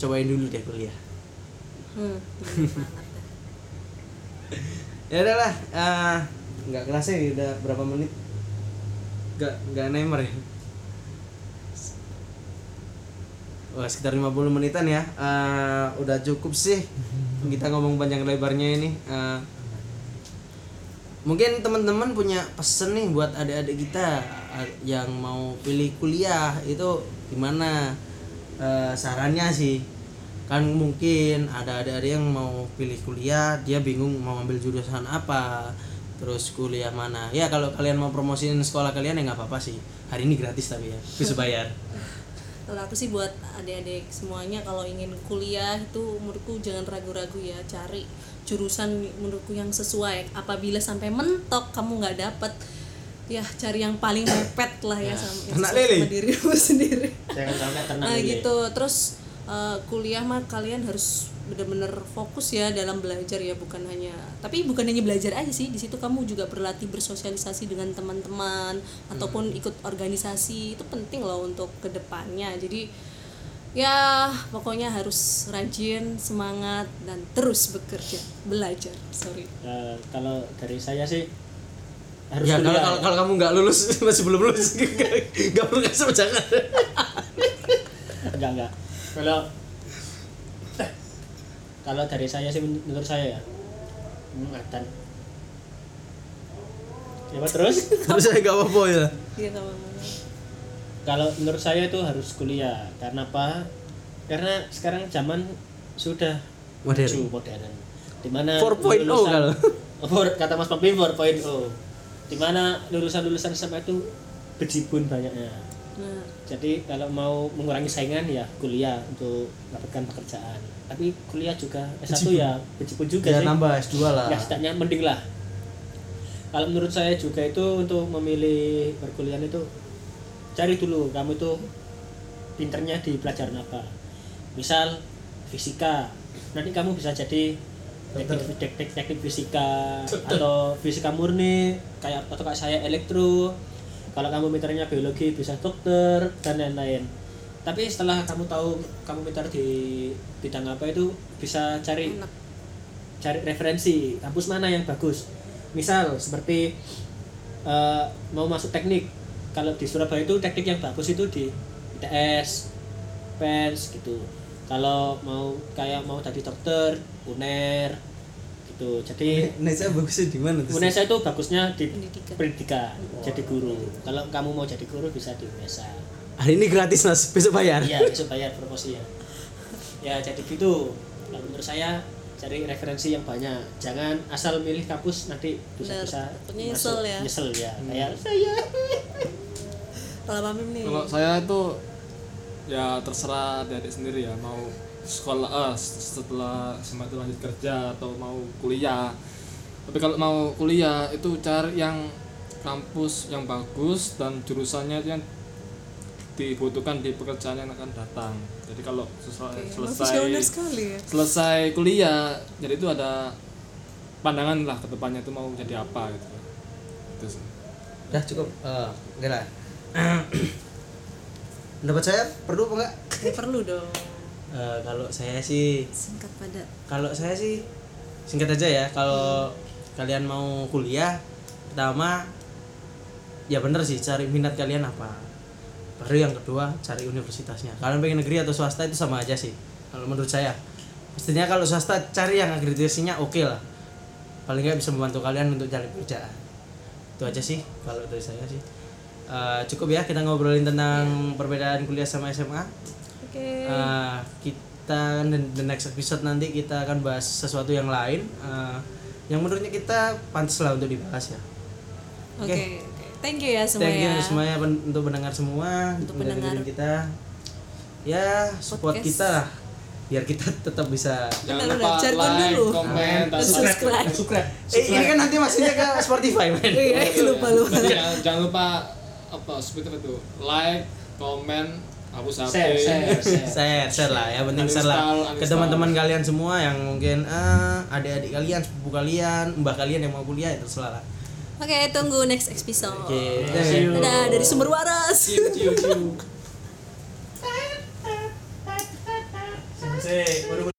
C: cobain dulu deh kuliah
A: Hmm. bener banget.
C: ya udahlah eh, nggak kerasa ya udah berapa menit nggak nggak nemer ya Wah, sekitar 50 menitan ya Eh, udah cukup sih kita ngomong panjang lebarnya ini Eh, mungkin teman-teman punya pesen nih buat adik-adik kita eh, yang mau pilih kuliah itu gimana Eh, sarannya sih kan mungkin ada adik-adik yang mau pilih kuliah dia bingung mau ambil jurusan apa terus kuliah mana ya kalau kalian mau promosiin sekolah kalian ya nggak apa-apa sih hari ini gratis tapi ya bisa bayar
A: Kalau aku sih buat adik-adik semuanya kalau ingin kuliah itu menurutku jangan ragu-ragu ya cari jurusan menurutku yang sesuai. Apabila sampai mentok kamu nggak dapet ya cari yang paling mepet lah ya sama, yang
C: Anak
A: sesuai
C: lele.
A: sama dirimu sendiri.
B: jangan sampai kena
A: Nah,
B: nilai.
A: gitu. Terus eh, kuliah mah kalian harus bener-bener fokus ya dalam belajar ya bukan hanya tapi bukan hanya belajar aja sih di situ kamu juga berlatih bersosialisasi dengan teman-teman ataupun ikut organisasi itu penting loh untuk kedepannya jadi ya pokoknya harus rajin semangat dan terus bekerja belajar sorry
B: Eh, kalau dari saya sih harus
C: ya kalau
B: kuliah
C: kalau, kalau kamu nggak lulus masih belum lulus nggak perlu kasih jangan
B: enggak enggak kalau eh, kalau dari saya sih men- menurut saya ya hmm, Nathan. ya Pak, terus
C: terus saya nggak apa-apa ya
A: iya kamu
B: kalau menurut saya itu harus kuliah karena apa karena sekarang zaman sudah
C: Modern.
B: menuju modern dimana lulusan-
C: 4.0 kalau.
B: Four- kata Mas Pempim 4.0 dimana lulusan-lulusan SMA itu bejibun banyaknya
A: nah
B: jadi kalau mau mengurangi saingan ya kuliah untuk mendapatkan pekerjaan tapi kuliah juga S1 ya bejibun juga
C: ya
B: sih
C: nambah S2 lah
B: ya setidaknya mending lah kalau menurut saya juga itu untuk memilih perkuliahan itu cari dulu kamu itu pinternya di pelajaran apa misal fisika nanti kamu bisa jadi teknik, teknik, teknik fisika atau fisika murni kayak atau kayak saya elektro kalau kamu pinternya biologi bisa dokter dan lain-lain tapi setelah kamu tahu kamu pintar di bidang apa itu bisa cari
A: enak
B: cari referensi kampus mana yang bagus misal seperti eh, mau masuk teknik kalau di Surabaya itu teknik yang bagus itu di ITS pers gitu kalau mau kayak mau jadi dokter uner gitu jadi E
C: Indonesia bagusnya di mana tuh?
B: Indonesia itu bagusnya di
A: Pendidikan.
B: pendidikan jadi guru kalau kamu mau jadi guru bisa di E Indonesia
C: Hari ini gratis mas, besok bayar.
B: iya besok bayar promosi ya ya jadi gitu kalau menurut saya cari referensi yang banyak jangan asal milih kampus nanti bisa bisa
A: Bener, takutnya nyesel ya.
B: nyesel ya kayak saya
A: Kalau Mamim nih.
D: Kalau saya itu ya terserah adik-adik sendiri ya mau sekolah eh, setelah SMA itu lanjut kerja atau mau kuliah. Tapi kalau mau kuliah itu cari yang kampus yang bagus dan jurusannya itu yang dibutuhkan di pekerjaan yang akan datang. Jadi kalau selesai
A: Oke,
D: selesai
A: visioner sekali ya.
D: selesai kuliah jadi itu ada pandangan lah ke depannya itu mau jadi apa gitu. Itu sih.
C: Udah cukup. Eh, enggak lah. Pendapat saya perlu apa enggak?
A: Nggak perlu dong.
C: Eh, kalau saya sih
A: Singkat pada.
C: kalau saya sih singkat aja ya kalau kalian mau kuliah pertama ya bener sih cari minat kalian apa baru yang kedua cari universitasnya kalian pengen negeri atau swasta itu sama aja sih kalau menurut saya pastinya kalau swasta cari yang akreditasinya oke lah paling nggak bisa membantu kalian untuk cari kerjaan itu aja sih kalau dari saya sih Eh, cukup ya kita ngobrolin tentang perbedaan kuliah sama SMA
A: Oke.
C: Uh, kita kan the- the next episode nanti kita akan bahas sesuatu yang lain uh, yang menurutnya kita pantas lah untuk dibahas ya.
A: Oke. oke. Thank you ya semua
C: Thank you
A: ya.
C: semuanya pen- untuk pendengar semua
A: Untuk
C: udah
A: pendengar.
C: dengerin kita. Ya support
A: Podcast.
C: kita lah biar kita tetap bisa.
D: Jangan
A: Bentar,
D: lupa
A: udah, jargon
D: like,
A: dulu.
D: komen, dan
A: Subscribe.
C: Eh, ini kan nanti masuknya ke Spotify men.
A: Iya, lupa lupa.
D: Berarti jangan, jangan lupa apa Twitter itu like, komen, hapus HP.
B: share share share
C: share share lah ya penting share lah
D: Uninstall,
C: ke teman-teman kalian semua yang mungkin eh adik-adik kalian sepupu kalian mbah kalian yang mau kuliah ya terserah lah
A: Oke, tunggu next episode.
C: oke
B: See you.
A: Dadah dari sumber waras.
D: Cium, cium, cium.
C: Sensei, baru-